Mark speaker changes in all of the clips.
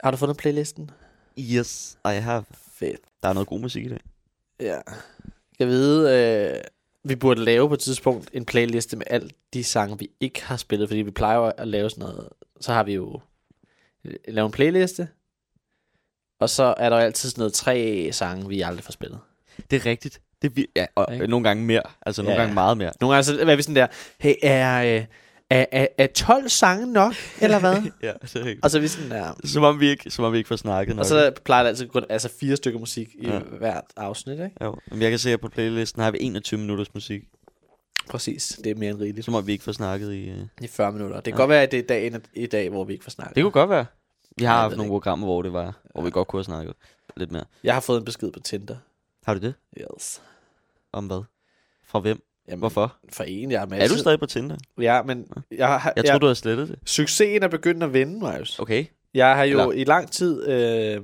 Speaker 1: Har du fundet playlisten?
Speaker 2: Yes, I have.
Speaker 1: Fedt.
Speaker 2: Der er noget god musik i dag.
Speaker 1: Ja. Jeg ved, øh, vi burde lave på et tidspunkt en playliste med alt de sange, vi ikke har spillet, fordi vi plejer jo at lave sådan noget. Så har vi jo øh, lavet en playliste, og så er der jo altid sådan noget tre sange, vi aldrig får spillet.
Speaker 2: Det er rigtigt. Det er vi- ja, og
Speaker 1: Ikke?
Speaker 2: okay. nogle gange mere. Altså nogle
Speaker 1: Ja,
Speaker 2: ja,
Speaker 1: ja.
Speaker 2: gange meget mere.
Speaker 1: Nogle gange så er vi sådan der, hey, er, øh, er, er, er 12 sange nok, eller hvad?
Speaker 2: ja, det er rigtigt.
Speaker 1: og så er vi sådan der,
Speaker 2: Som om vi ikke, som om vi ikke får snakket nok.
Speaker 1: og så plejer der altid kun altså fire stykker musik i ja.
Speaker 2: Ja.
Speaker 1: hvert afsnit, ikke?
Speaker 2: Jo, men jeg kan se, at på playlisten har vi 21 minutters musik.
Speaker 1: Præcis, det er mere end rigeligt.
Speaker 2: Som om vi ikke får snakket i... Øh...
Speaker 1: I 40 minutter. Det kan ja.
Speaker 2: Ja.
Speaker 1: godt være, at det er dagen i dag, hvor vi ikke får snakket.
Speaker 2: Det kunne godt være. Vi har
Speaker 1: Jeg
Speaker 2: haft
Speaker 1: ved
Speaker 2: nogle
Speaker 1: ikke.
Speaker 2: programmer, hvor det var, hvor vi godt kunne have snakket lidt mere.
Speaker 1: Jeg har fået en besked på Tinder.
Speaker 2: Har du det?
Speaker 1: Yes.
Speaker 2: Om hvad? Fra hvem?
Speaker 1: Jamen,
Speaker 2: Hvorfor?
Speaker 1: For en, jeg har
Speaker 2: Er
Speaker 1: masser.
Speaker 2: du stadig på Tinder?
Speaker 1: Ja, men jeg, har,
Speaker 2: Jeg tror, du har slettet det.
Speaker 1: Succesen er begyndt at vende, Marius.
Speaker 2: Okay.
Speaker 1: Jeg har jo
Speaker 2: Eller-
Speaker 1: i lang tid øh,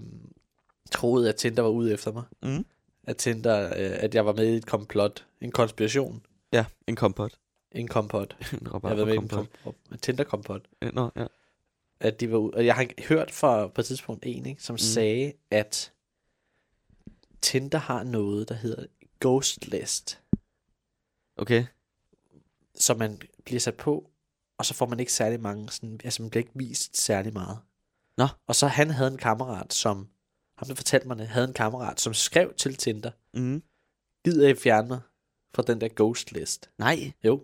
Speaker 1: troet, at Tinder var ude efter mig.
Speaker 2: Mm.
Speaker 1: At Tinder, øh, at jeg var med i et komplot. En konspiration.
Speaker 2: Ja, en kompot.
Speaker 1: En kompot.
Speaker 2: En
Speaker 1: Jeg har været med i en
Speaker 2: kompot.
Speaker 1: kompot. En Tinder-kompot.
Speaker 2: Nå, ja.
Speaker 1: At de var ude. Og jeg har hørt fra på et tidspunkt en, ikke, som mm. sagde, at Tinder har noget, der hedder Ghost List.
Speaker 2: Okay.
Speaker 1: så man bliver sat på, og så får man ikke særlig mange, sådan, altså man bliver ikke vist særlig meget.
Speaker 2: Nå.
Speaker 1: Og så han havde en kammerat, som, ham der fortalte mig det, havde en kammerat, som skrev til Tinder,
Speaker 2: Mm.
Speaker 1: gider I fjerne mig fra den der ghost list?
Speaker 2: Nej.
Speaker 1: Jo.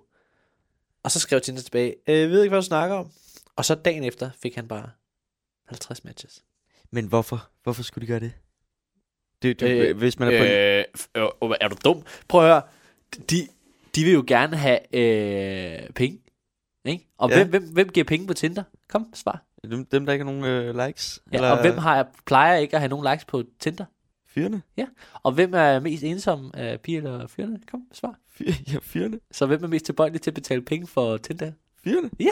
Speaker 1: Og så skrev Tinder tilbage, øh, jeg ved ikke, hvad du snakker om. Og så dagen efter fik han bare 50 matches.
Speaker 2: Men hvorfor? Hvorfor skulle de gøre det? det, det
Speaker 1: Øh,
Speaker 2: øh, hvis man er på en...
Speaker 1: øh, er du dum? Prøv at høre, de, de vil jo gerne have øh, penge. Ikke? Og
Speaker 2: Ja. hvem-
Speaker 1: hvem giver penge på Tinder? Kom, svar.
Speaker 2: Dem, dem, der ikke har nogen øh, likes?
Speaker 1: Ja, og hvem har, plejer ikke at have nogen likes på Tinder?
Speaker 2: Fyrene?
Speaker 1: Og hvem er mest ensom af piger eller fyrene? Kom, svar.
Speaker 2: Fyr, ja, fyrene.
Speaker 1: Så hvem er mest tilbøjelig til at betale penge for Tinder?
Speaker 2: Fyrene?
Speaker 1: Ja.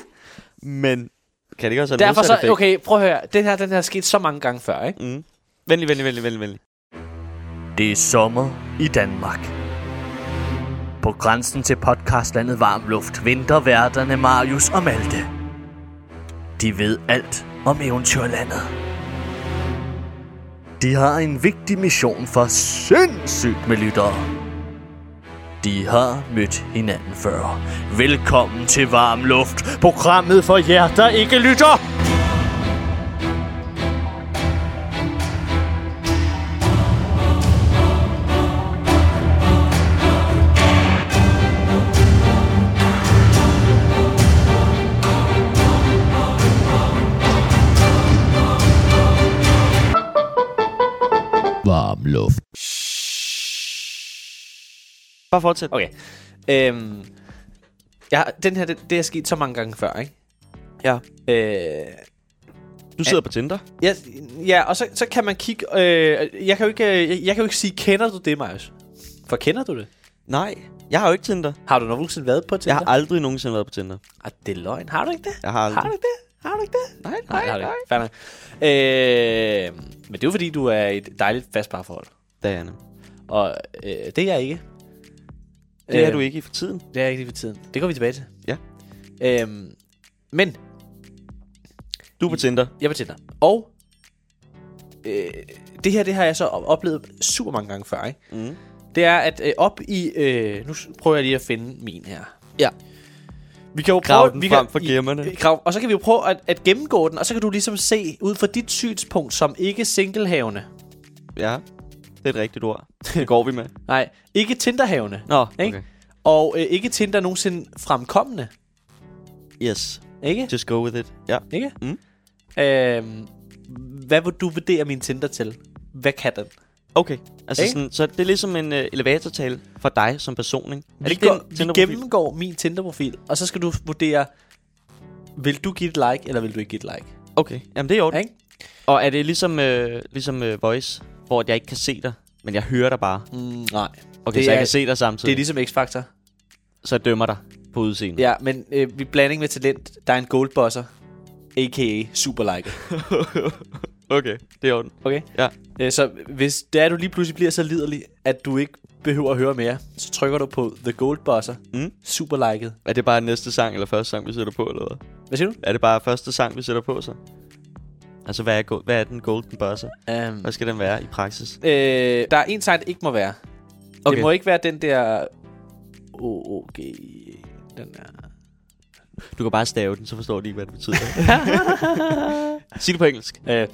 Speaker 2: Men kan det ikke også have
Speaker 1: Derfor
Speaker 2: en modsat
Speaker 1: så,
Speaker 2: effekt?
Speaker 1: okay, prøv at høre. Den her, den her er sket så mange gange før, ikke?
Speaker 2: Mm. Venlig, venlig, venlig, venlig, venlig.
Speaker 3: Det er sommer i Danmark. På grænsen til podcastlandet Varm Luft venter værterne Marius og Malte. De ved alt om eventyrlandet. De har en vigtig mission for sindssygt med lyttere. De har mødt hinanden før. Velkommen til Varm Luft, programmet for jer, der ikke lytter.
Speaker 2: Bare fortsæt.
Speaker 1: Okay. Øhm, ja, den her, det, det er sket så mange gange før, ikke?
Speaker 2: Ja.
Speaker 1: Øh,
Speaker 2: Du sidder på Tinder.
Speaker 1: ja, ja, og så, så kan man kigge... Øh, jeg, kan jo ikke, øh, jeg, jeg kan jo ikke sige, kender du det, Marius? For kender du det?
Speaker 2: Nej, jeg har jo ikke Tinder.
Speaker 1: Har du nogensinde været på
Speaker 2: Jeg
Speaker 1: Tinder?
Speaker 2: har aldrig nogensinde været på Tinder.
Speaker 1: Ah, det er løgn. Har du ikke det?
Speaker 2: Jeg har aldrig.
Speaker 1: Har du ikke det? Har du ikke det?
Speaker 2: Nej,
Speaker 1: Nej, det har du ikke. Fair nok. Øh, men det er jo fordi, du er i et dejligt fast parforhold.
Speaker 2: Det er, jeg nemlig.
Speaker 1: Og øh, det er jeg ikke.
Speaker 2: det er
Speaker 1: Øh,
Speaker 2: du ikke i for tiden.
Speaker 1: Det er jeg ikke lige for tiden. Det går vi tilbage til.
Speaker 2: Ja.
Speaker 1: Øh, men,
Speaker 2: Du er på Tinder.
Speaker 1: jeg er på Tinder. Og øh, det her, det har jeg så op- oplevet super mange gange før, ikke?
Speaker 2: Mm.
Speaker 1: Det er, at øh, op i... Øh, nu s- prøver jeg lige at finde min her.
Speaker 2: Ja.
Speaker 1: Vi kan jo
Speaker 2: Grav
Speaker 1: prøve,
Speaker 2: den
Speaker 1: vi
Speaker 2: frem
Speaker 1: kan,
Speaker 2: for gemmerne.
Speaker 1: i- i- Grav, og så kan vi jo prøve at, at gennemgå den, og så kan du ligesom se, ud fra dit synspunkt, som ikke singlehavende,
Speaker 2: Ja, det er et rigtigt ord. Det går vi med.
Speaker 1: nej, ikke Tinderhavende,
Speaker 2: Nå,
Speaker 1: Ikke?
Speaker 2: okay.
Speaker 1: og øh, ikke Tinder nogensinde fremkommende,
Speaker 2: Yes,
Speaker 1: ikke?
Speaker 2: just go with it. Ja.
Speaker 1: ikke?
Speaker 2: Mm.
Speaker 1: Øhm, hvad vil du vurdere min Tinder til? Hvad kan den?
Speaker 2: Okay, altså
Speaker 1: Ikke?
Speaker 2: sådan, så det er ligesom en uh, elevatortale for dig som person, ikke? Er det
Speaker 1: Vi,
Speaker 2: ikke
Speaker 1: går,
Speaker 2: den
Speaker 1: Altså, vi
Speaker 2: Tinder-profil?
Speaker 1: gennemgår min Tinder-profil, og så skal du vurdere, vil du give et like, eller vil du ikke give et like?
Speaker 2: Okay, jamen det er i orden.
Speaker 1: Ikke?
Speaker 2: Og er det ligesom, øh, ligesom øh, voice, hvor jeg ikke kan se dig, men jeg hører dig bare?
Speaker 1: Mm, nej.
Speaker 2: Okay,
Speaker 1: Det
Speaker 2: så jeg
Speaker 1: er-
Speaker 2: kan se dig
Speaker 1: Det
Speaker 2: samtidig,
Speaker 1: er ligesom X-Factor.
Speaker 2: så jeg dømmer dig på udseendet.
Speaker 1: Ja, men øh, vi blanding med talent. Der er en goldbosser, a.k.a. superlike.
Speaker 2: Okay, det er i orden.
Speaker 1: Okay?
Speaker 2: Ja.
Speaker 1: Øh, så hvis det er, du lige pludselig bliver så liderlig, at du ikke behøver at høre mere, så trykker du på the goldbosser,
Speaker 2: Mm.
Speaker 1: superliket.
Speaker 2: Er det bare næste sang, eller første sang, vi sætter på, eller hvad?
Speaker 1: Hvad siger du?
Speaker 2: Er det bare første sang, vi sætter på, så? Altså, hvad er, go- hvad er den golden buzzer?
Speaker 1: Um,
Speaker 2: Hvad skal den være i praksis?
Speaker 1: øh, der er en sang, der ikke må være. Okay.
Speaker 2: Okay.
Speaker 1: Det må ikke være den der... OOG... Den der...
Speaker 2: Du kan bare stave den, så forstår de ikke, hvad det betyder. Sig det på engelsk.
Speaker 1: Øh.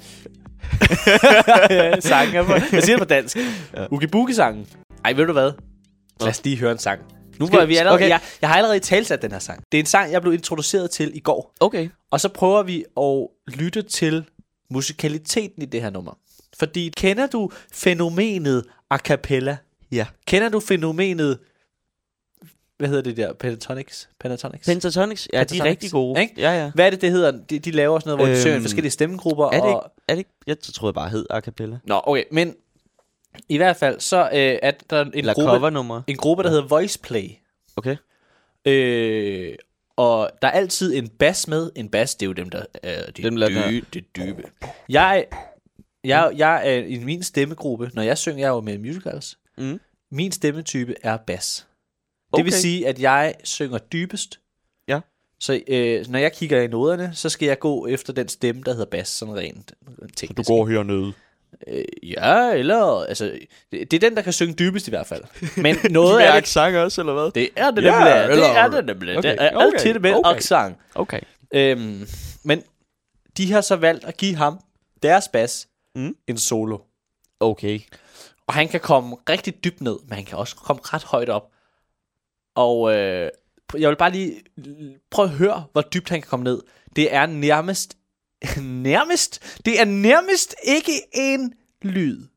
Speaker 1: sangen er på... Jeg siger det på dansk. Ja. Ukibuki-sangen. Ej, ved du hvad? Lad os lige høre en sang. Nu
Speaker 2: Skal-
Speaker 1: var vi allerede...
Speaker 2: okay.
Speaker 1: Okay. Jeg, jeg har allerede talsat den her sang. Det er en sang, jeg blev introduceret til i går.
Speaker 2: Okay.
Speaker 1: Og så prøver vi at lytte til musikaliteten i det her nummer. Fordi kender du fænomenet a cappella?
Speaker 2: Ja.
Speaker 1: Kender du fænomenet... Hvad hedder det der? Pentatonics? Pentatonics?
Speaker 2: Pentatonics, ja, de er
Speaker 1: Pentatonics,
Speaker 2: rigtig gode.
Speaker 1: ikke?
Speaker 2: Ja, ja.
Speaker 1: Hvad er det, det hedder? De, de laver sådan noget, hvor øhm, de søger
Speaker 2: Øhm,
Speaker 1: i forskellige stemmegrupper.
Speaker 2: Er det,
Speaker 1: og...
Speaker 2: ikke, er det ikke? Jeg troede bare, hed a cappella.
Speaker 1: Nå, okay, men i hvert fald så øh, er der en
Speaker 2: Eller
Speaker 1: gruppe,
Speaker 2: covernummer.
Speaker 1: en gruppe, der hedder Voiceplay.
Speaker 2: Okay.
Speaker 1: Øh, og der er altid en bas med. En bas, det er jo dem, der er de
Speaker 2: Dem, der-
Speaker 1: dy- det dybe. Jeg, jeg, jeg er i min stemmegruppe, når jeg synger, jeg er jo med i musicals.
Speaker 2: Mm.
Speaker 1: Min stemmetype er bas. Det
Speaker 2: Okay.
Speaker 1: vil sige, at jeg synger dybest.
Speaker 2: Ja.
Speaker 1: Så øh, når jeg kigger i noderne, så skal jeg gå efter den stemme, der hedder bas, sådan rent teknisk.
Speaker 2: hernede.
Speaker 1: Øh, ja, eller... Altså, det, det er den, der kan synge dybest i hvert fald. Men noget
Speaker 2: Noget
Speaker 1: af
Speaker 2: er
Speaker 1: det...
Speaker 2: sang også, eller hvad?
Speaker 1: Det er det
Speaker 2: Ja,
Speaker 1: nemlig. Ja,
Speaker 2: eller-
Speaker 1: det er det nemlig. Okay,
Speaker 2: Okay,
Speaker 1: det er
Speaker 2: okay,
Speaker 1: altid med
Speaker 2: okay.
Speaker 1: okay. sang.
Speaker 2: Okay.
Speaker 1: Øhm, men de har så valgt at give ham deres bas
Speaker 2: Mm.
Speaker 1: mm. en solo.
Speaker 2: Okay.
Speaker 1: Og han kan komme rigtig dybt ned, men han kan også komme ret højt op. Og øh, jeg vil bare lige prøve at høre, hvor dybt han kan komme ned. Det er nærmest... Nærmest? Det er nærmest ikke en lyd.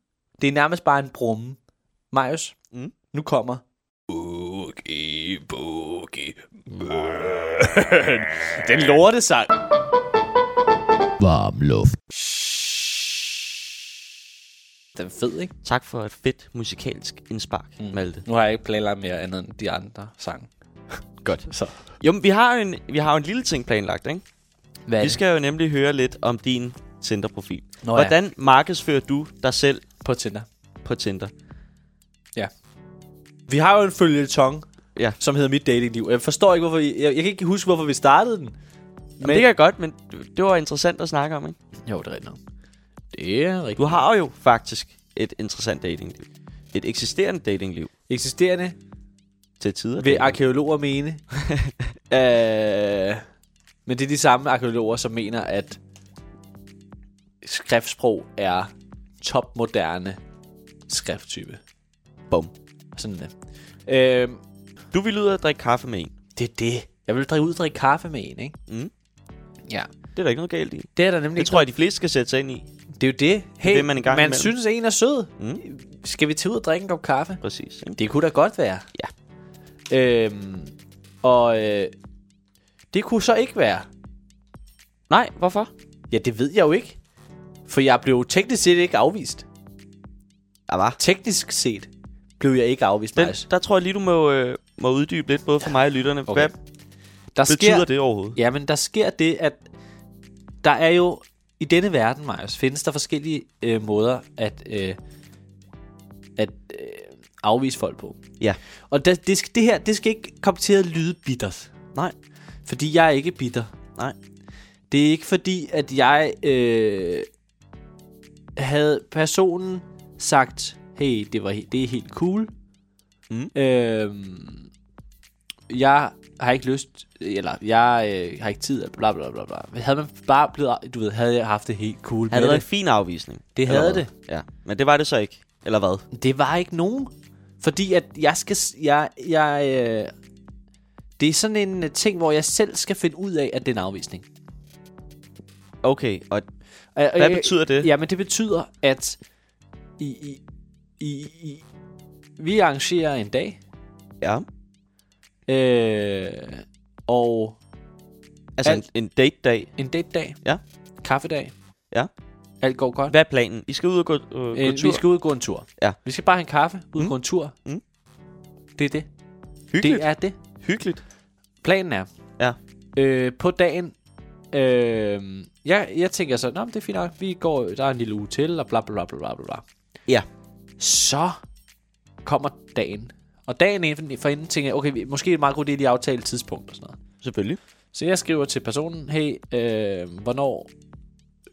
Speaker 1: Det er nærmest bare en brumme. Marius,
Speaker 2: Mm.
Speaker 1: mm. nu kommer...
Speaker 3: Boogie, boogie.
Speaker 1: Den lorte sang.
Speaker 3: Varm luft.
Speaker 1: Den er fed, ikke?
Speaker 2: Tak for et fedt musikalsk indspark, mm. Malte.
Speaker 1: Nu har jeg ikke planlagt mere andet end de andre sange.
Speaker 2: Godt.
Speaker 1: Så.
Speaker 2: Jo, men vi har jo en, vi har jo en lille ting planlagt, ikke?
Speaker 1: Hvad er
Speaker 2: Vi
Speaker 1: det?
Speaker 2: skal jo nemlig høre lidt om din Tinder-profil.
Speaker 1: Nå ja.
Speaker 2: Hvordan markedsfører du dig selv
Speaker 1: på Tinder?
Speaker 2: på Tinder?
Speaker 1: Ja. Vi har jo en følgetong,
Speaker 2: Ja.
Speaker 1: som hedder Mit Datingliv. Jeg forstår ikke, hvorfor vi, jeg, jeg kan ikke huske, hvorfor vi startede den.
Speaker 2: Men... Det kan jeg godt, men det var interessant at snakke om, ikke?
Speaker 1: Jo, det er rigtigt. nok. Det er rigtigt.
Speaker 2: Du har jo faktisk et interessant datingliv. Et eksisterende datingliv
Speaker 1: Eksisterende
Speaker 2: til tider.
Speaker 1: vil arkeologer mene. øh, men det er de samme arkeologer, som mener, at skriftsprog er topmoderne skrifttype.
Speaker 2: Bum.
Speaker 1: Sådan det. Øh,
Speaker 2: Du vil ud og drikke kaffe med en.
Speaker 1: det er det. Jeg vil drikke ud og drikke kaffe med en, ikke?
Speaker 2: Mm.
Speaker 1: Ja.
Speaker 2: Det er der ikke noget galt i.
Speaker 1: Det er der nemlig
Speaker 2: Det
Speaker 1: ikke
Speaker 2: tror jeg, de fleste skal sætte sig ind i.
Speaker 1: Det er jo det. Hey,
Speaker 2: det, man er i gang
Speaker 1: man
Speaker 2: imellem.
Speaker 1: synes, at en er sød.
Speaker 2: Mm.
Speaker 1: Mm. Skal vi tage ud og drikke en kop kaffe?
Speaker 2: Præcis. ikke?
Speaker 1: Det kunne da godt være.
Speaker 2: Ja.
Speaker 1: Øhm, og øh, det kunne så ikke være.
Speaker 2: Nej, hvorfor?
Speaker 1: Ja, det ved jeg jo ikke. For jeg blev teknisk set ikke afvist.
Speaker 2: Ja, hvad?
Speaker 1: Teknisk set blev jeg ikke afvist,
Speaker 2: Den,
Speaker 1: Marius.
Speaker 2: der tror jeg lige, du må, øh, må uddybe lidt, både for mig og lytterne. Okay.
Speaker 1: Okay.
Speaker 2: Hvad
Speaker 1: Der
Speaker 2: betyder det overhovedet?
Speaker 1: Ja, men der sker det, at der er jo i denne verden, Marius, findes der forskellige øh, måder at, øh, at øh, afvise folk på.
Speaker 2: Ja.
Speaker 1: Og det, det, skal, det her, det skal ikke komme til at lyde bittert.
Speaker 2: Nej,
Speaker 1: Fordi jeg er ikke bitter.
Speaker 2: nej.
Speaker 1: Det er ikke fordi, at jeg øh, havde personen sagt, hey, det, var, he- det er helt cool.
Speaker 2: Mm.
Speaker 1: Øh, jeg har ikke lyst, eller jeg øh, har ikke tid, bla bla bla bla. Havde man bare blevet, du ved, havde jeg haft det helt cool
Speaker 2: Havde det
Speaker 1: med
Speaker 2: været en fin afvisning?
Speaker 1: Det
Speaker 2: Eller
Speaker 1: havde
Speaker 2: hvad? Ja, men det var det så ikke. Eller hvad?
Speaker 1: det? Det var ikke nogen. Fordi at jeg skal, s- jeg, jeg, øh, det er sådan en øh, ting, hvor jeg selv skal finde ud af, at det er en afvisning.
Speaker 2: Okay, og
Speaker 1: Øh,
Speaker 2: hvad
Speaker 1: øh,
Speaker 2: betyder det?
Speaker 1: Jamen, det betyder, at I, I, I, I, vi arrangerer en dag,
Speaker 2: Ja.
Speaker 1: øh, og
Speaker 2: Altså en,
Speaker 1: Alt-
Speaker 2: en date-dag.
Speaker 1: en date-dag,
Speaker 2: Ja.
Speaker 1: kaffedag,
Speaker 2: Ja.
Speaker 1: alt går godt.
Speaker 2: Hvad er planen? I skal ud og gå, øh, gå
Speaker 1: Øh,
Speaker 2: tur?
Speaker 1: vi skal ud og gå en tur.
Speaker 2: Ja.
Speaker 1: Vi skal bare have en kaffe, ud og gå en tur.
Speaker 2: Mm.
Speaker 1: Det er det.
Speaker 2: Hyggeligt.
Speaker 1: Det er det.
Speaker 2: Hyggeligt.
Speaker 1: Planen er,
Speaker 2: Ja.
Speaker 1: øh, på dagen, øh, jeg, jeg tænker så, Nå, men det er fint nok, vi går, der er en lille uge til, og bla bla bla bla bla bla.
Speaker 2: Ja.
Speaker 1: så kommer dagen. Og dagen inden, for inden tænker jeg, okay, vi- måske er det meget godt, det lige at aftale et tidspunkt og sådan noget.
Speaker 2: Selvfølgelig.
Speaker 1: Så jeg skriver til personen, hey, øh, hvornår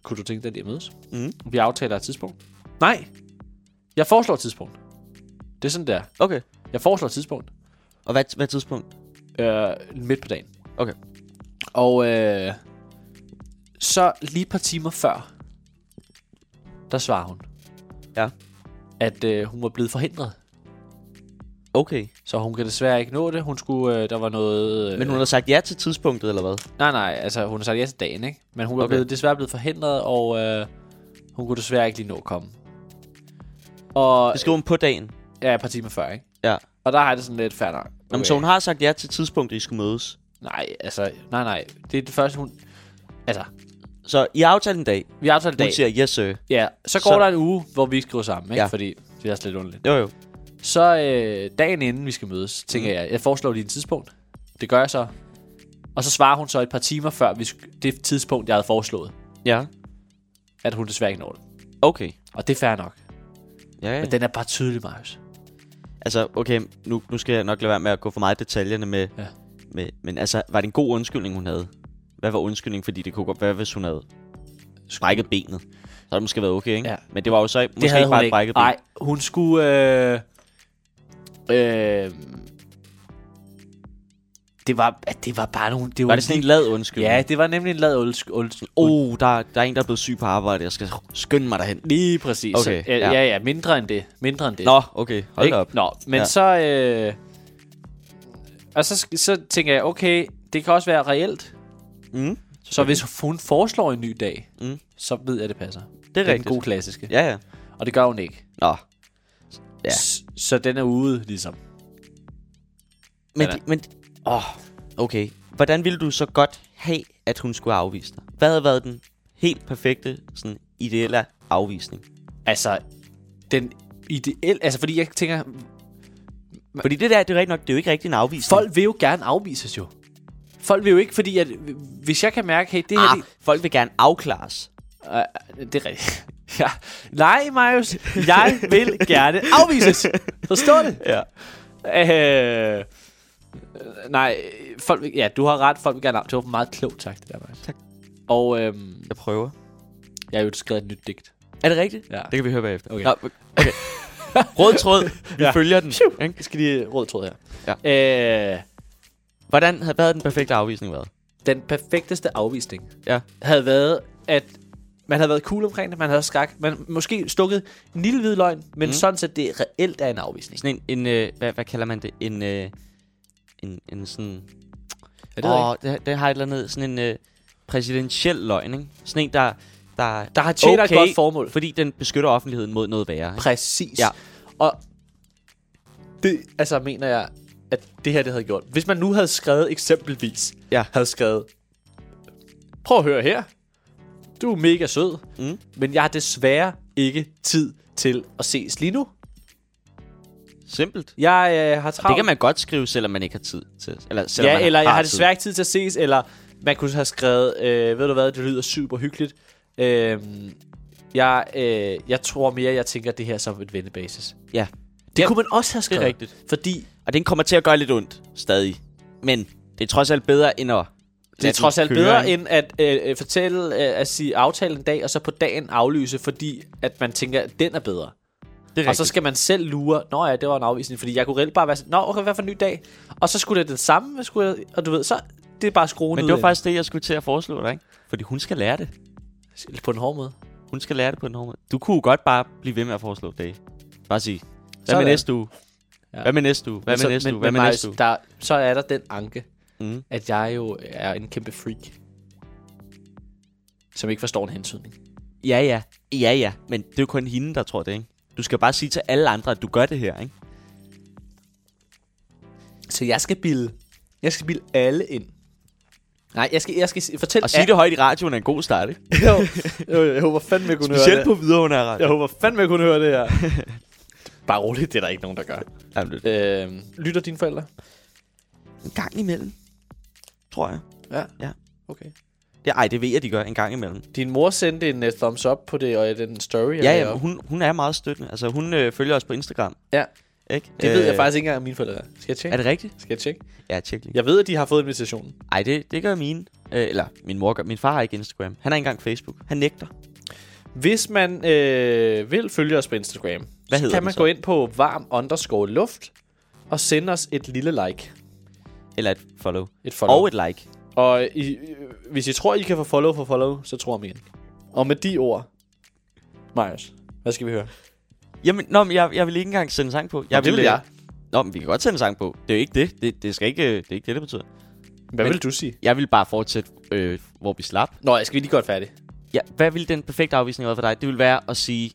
Speaker 1: kunne du tænke dig lige at mødes?
Speaker 2: Mm.
Speaker 1: Vi aftaler et tidspunkt. Nej, jeg foreslår et tidspunkt. Det er sådan der.
Speaker 2: Okay.
Speaker 1: Jeg foreslår et tidspunkt.
Speaker 2: Og hvad, hvad tidspunkt?
Speaker 1: Øh, midt på dagen.
Speaker 2: Okay.
Speaker 1: Og øh, så lige et par timer før, der svarer hun.
Speaker 2: Ja.
Speaker 1: At øh, hun var blevet forhindret.
Speaker 2: Okay.
Speaker 1: Så hun kan desværre ikke nå det. Hun skulle, øh, der var noget... Øh,
Speaker 2: Men hun har sagt ja til tidspunktet, eller hvad?
Speaker 1: Nej, nej, altså hun har sagt ja til dagen, ikke? Men hun var
Speaker 2: Okay.
Speaker 1: okay. blevet, desværre blevet forhindret, og øh, hun kunne desværre ikke lige nå at komme. Og
Speaker 2: Det skrev hun på dagen.
Speaker 1: ja, et par timer før, ikke?
Speaker 2: Ja.
Speaker 1: Og der har jeg det sådan lidt færdig. Okay.
Speaker 2: Jamen, så hun har sagt ja til tidspunktet, I skulle mødes.
Speaker 1: Nej, altså, nej, nej. Det er det første, hun... Altså,
Speaker 2: Så I aftalte en dag.
Speaker 1: vi aftalte
Speaker 2: Hun
Speaker 1: dag.
Speaker 2: siger yes, sir.
Speaker 1: Ja, så går
Speaker 2: Så-
Speaker 1: så... der en uge, hvor vi ikke skriver sammen, ikke?
Speaker 2: Ja.
Speaker 1: Ja. Fordi det er også lidt underligt.
Speaker 2: Jo, jo.
Speaker 1: Så øh, dagen inden vi skal mødes, tænker mm. jeg, jeg foreslår lige et tidspunkt. Det gør jeg så. Og så svarer hun så et par timer før vi sk- det tidspunkt, jeg havde foreslået,
Speaker 2: Ja.
Speaker 1: at hun desværre ikke når det.
Speaker 2: Okay.
Speaker 1: Og det er fair nok.
Speaker 2: Ja, ja.
Speaker 1: Men den er bare tydelig, Marius.
Speaker 2: Altså, okay, nu, nu skal jeg nok lade være med at gå for meget i detaljerne med, ja.
Speaker 1: Ja.
Speaker 2: med... Men altså, var det en god undskyldning, hun havde? Hvad var undskyldningen? Fordi det kunne godt være, hvis hun havde brækket benet. Så havde det måske været okay, ikke?
Speaker 1: Ja.
Speaker 2: Men det var jo så måske
Speaker 1: Det havde
Speaker 2: ikke
Speaker 1: hun
Speaker 2: bare et
Speaker 1: ikke.
Speaker 2: brækket ben.
Speaker 1: Nej, hun skulle... Øh, øh, det var, det var bare nogle... Det var,
Speaker 2: Var det sådan en lad undskyldning?
Speaker 1: Ja, det var nemlig en lad old, old,
Speaker 2: Oh, der, der er en, der er blevet syg på arbejde. Jeg skal skynde mig derhen.
Speaker 1: Lige præcis.
Speaker 2: Okay,
Speaker 1: så, ja,
Speaker 2: ja.
Speaker 1: ja, ja, mindre end det. Mindre end det.
Speaker 2: Nå, okay. Hold da op.
Speaker 1: Nå, men
Speaker 2: Ja.
Speaker 1: ja. så... Øh, og så, sk- så tænker jeg, okay, det kan også være reelt.
Speaker 2: Mm,
Speaker 1: Så hvis hun foreslår en ny dag,
Speaker 2: Mm.
Speaker 1: mm. så ved jeg, det passer. Det
Speaker 2: det er
Speaker 1: er den
Speaker 2: rigtigt.
Speaker 1: gode klassiske. Ja.
Speaker 2: Ja, ja.
Speaker 1: Og det gør hun ikke.
Speaker 2: Nå. Ja.
Speaker 1: S- så den er ude, ligesom.
Speaker 2: Men,
Speaker 1: Ja, da.
Speaker 2: de- men, åh, okay. Hvordan ville du så godt have, at hun skulle afvise dig? Hvad havde været den helt perfekte, sådan ideelle afvisning?
Speaker 1: Altså, den ideel... Altså, fordi jeg tænker,
Speaker 2: Fordi det der, det er rigtigt nok, det er jo ikke rigtig en afvisning.
Speaker 1: folk vil jo gerne afvises jo. Folk vil jo ikke, fordi at, hvis jeg kan mærke, hey, det her...
Speaker 2: ah,
Speaker 1: det,
Speaker 2: folk vil gerne afklares.
Speaker 1: Uh, det er rigtigt. Ja. Nej, Marius. Jeg vil gerne afvises. Forstå det?
Speaker 2: Ja.
Speaker 1: Øh, øh, nej, folk, vil- ja, du har ret. Folk vil gerne af. Det var meget klogt sagt, det der, Marius.
Speaker 2: Tak.
Speaker 1: Og øhm,
Speaker 2: Jeg prøver.
Speaker 1: jeg har jo skrevet et nyt digt.
Speaker 2: Er det rigtigt?
Speaker 1: Ja.
Speaker 2: Det kan vi høre bagefter.
Speaker 1: Okay.
Speaker 2: Nå, okay. Rød tråd. Vi ja.
Speaker 1: Ja.
Speaker 2: følger den. ikke?
Speaker 1: Jeg skal lige råd tråd her. Ja. Øh,
Speaker 2: Hvordan, hvad havde den perfekte afvisning været?
Speaker 1: den perfekteste afvisning
Speaker 2: Ja.
Speaker 1: havde været, at man havde været cool omkring det, man havde skak, man måske stukket en lille hvid løgn, men mm. sådan set det reelt er en afvisning.
Speaker 2: Sådan en, en øh, hvad, hvad kalder man det? En, øh, en, en sådan...
Speaker 1: Ja, det ved jeg
Speaker 2: Åh, det, det har et eller andet, sådan en øh, præsidentiel løgn, ikke? Sådan en, der, der,
Speaker 1: Der har tjener et godt formål.
Speaker 2: Fordi den beskytter offentligheden mod noget værre. Ikke?
Speaker 1: Præcis.
Speaker 2: Ja.
Speaker 1: Og det, altså mener jeg, at det her, det havde gjort. Hvis man nu havde skrevet eksempelvis,
Speaker 2: Ja.
Speaker 1: havde skrevet, prøv at høre her, du er mega sød,
Speaker 2: Mm.
Speaker 1: men jeg har desværre ikke tid til at ses lige nu.
Speaker 2: Simpelt.
Speaker 1: Jeg øh, har travlt.
Speaker 2: Det kan man godt skrive, selvom man ikke har tid til. Eller, selvom man
Speaker 1: Ja, eller jeg har
Speaker 2: tid.
Speaker 1: desværre ikke tid til at ses, eller man kunne have skrevet, øh, ved du hvad, det lyder super hyggeligt. Øh, jeg, øh, jeg tror mere, jeg tænker det her som et vennebasis.
Speaker 2: Ja,
Speaker 1: Det kunne man også have
Speaker 2: det
Speaker 1: skrevet.
Speaker 2: er rigtigt.
Speaker 1: Fordi
Speaker 2: Og den kommer til at gøre lidt ondt, stadig. Men det er trods alt bedre, end at...
Speaker 1: Det er trods alt bedre end at øh, øh, fortælle, øh, at sige aftale en dag, og så på dagen aflyse, fordi at man tænker, at den er bedre.
Speaker 2: Det er
Speaker 1: Og så skal man selv lure, nå ja, det var en afvisning, fordi jeg kunne reelt bare være sådan, nå okay, hvad for en ny dag? Og så skulle det den samme, skulle jeg, og du ved, så det er bare skruen
Speaker 2: Men
Speaker 1: ud
Speaker 2: det var
Speaker 1: af-
Speaker 2: faktisk det, jeg skulle til at foreslå dig, ikke? Fordi hun skal lære det.
Speaker 1: øh, på en hård måde.
Speaker 2: Hun skal lære det på en hård måde. Du kunne jo godt bare blive ved med at foreslå dage. Bare sige, hvad
Speaker 1: Sådan.
Speaker 2: med næste uge?
Speaker 1: Ja.
Speaker 2: Hvad med næste uge? Hvad
Speaker 1: så,
Speaker 2: med næste uge? Hvad
Speaker 1: men
Speaker 2: med
Speaker 1: Marius,
Speaker 2: næste uge?
Speaker 1: Der, så er der den anke,
Speaker 2: Mm.
Speaker 1: mm. at jeg jo er en kæmpe freak, som ikke forstår en hensynning.
Speaker 2: Ja, ja. Ja, ja. Men det er jo kun hende, der tror det, ikke? Du skal bare sige til alle andre, at du gør det her, ikke?
Speaker 1: Så jeg skal bilde, jeg skal bilde alle ind. Nej, jeg skal, jeg skal s- fortælle
Speaker 2: Og sige
Speaker 1: al-
Speaker 2: det højt i radioen er en god start, ikke?
Speaker 1: jo, jo, jeg håber fandme, jeg kunne
Speaker 2: Specielt
Speaker 1: høre
Speaker 2: på
Speaker 1: det.
Speaker 2: videregående radio.
Speaker 1: Jeg håber fandme, jeg kunne høre det her. Bare roligt, det er der ikke nogen, der gør.
Speaker 2: Jamen, det
Speaker 1: Øh, lytter dine forældre?
Speaker 2: en gang imellem, tror jeg.
Speaker 1: Ja.
Speaker 2: Ja.
Speaker 1: Okay.
Speaker 2: Det, ej, det ved jeg, de gør en gang imellem.
Speaker 1: Din mor sendte en uh, thumbs up på det, og øh, den story. jeg
Speaker 2: Ja,
Speaker 1: lagde
Speaker 2: ja,
Speaker 1: op.
Speaker 2: hun, hun er meget støttende. Altså, hun øh, følger os på Instagram,
Speaker 1: ja.
Speaker 2: ikke?
Speaker 1: Det ved
Speaker 2: Øh,
Speaker 1: jeg faktisk ikke engang, at mine forældre er. Skal jeg tjekke?
Speaker 2: Er det rigtigt?
Speaker 1: Skal jeg tjekke?
Speaker 2: Ja, tjek lige.
Speaker 1: Jeg ved, at de har fået invitationen.
Speaker 2: Ej, det, det gør mine. Øh, eller min mor gør. Min far har ikke Instagram. Han har ikke engang Facebook. Han nægter.
Speaker 1: Hvis man øh, vil følge os på Instagram,
Speaker 2: Hvad
Speaker 1: så
Speaker 2: hedder
Speaker 1: kan
Speaker 2: den
Speaker 1: man
Speaker 2: så?
Speaker 1: gå ind på varm underscore luft og sende os et lille like.
Speaker 2: Eller et follow.
Speaker 1: Et follow.
Speaker 2: follow. Og et like.
Speaker 1: Og I, øh, hvis I tror, I kan få follow for follow, så tror mig ikke. Og med de ord, Marius, hvad skal vi høre?
Speaker 2: Jamen, nå, men jeg, jeg vil ikke engang sende sang på. Jeg
Speaker 1: det vil
Speaker 2: øh,
Speaker 1: jeg.
Speaker 2: Nå, men vi kan godt sende sang på. Det er jo ikke det. Det, det, skal ikke, øh, det er ikke det, det betyder.
Speaker 1: Hvad
Speaker 2: Men-
Speaker 1: vil du sige?
Speaker 2: Jeg vil bare fortsætte, øh, hvor vi slap.
Speaker 1: Nå, jeg skal vi lige godt færdig.
Speaker 2: Ja, hvad ville den perfekte afvisning have været for dig? Det ville være at sige,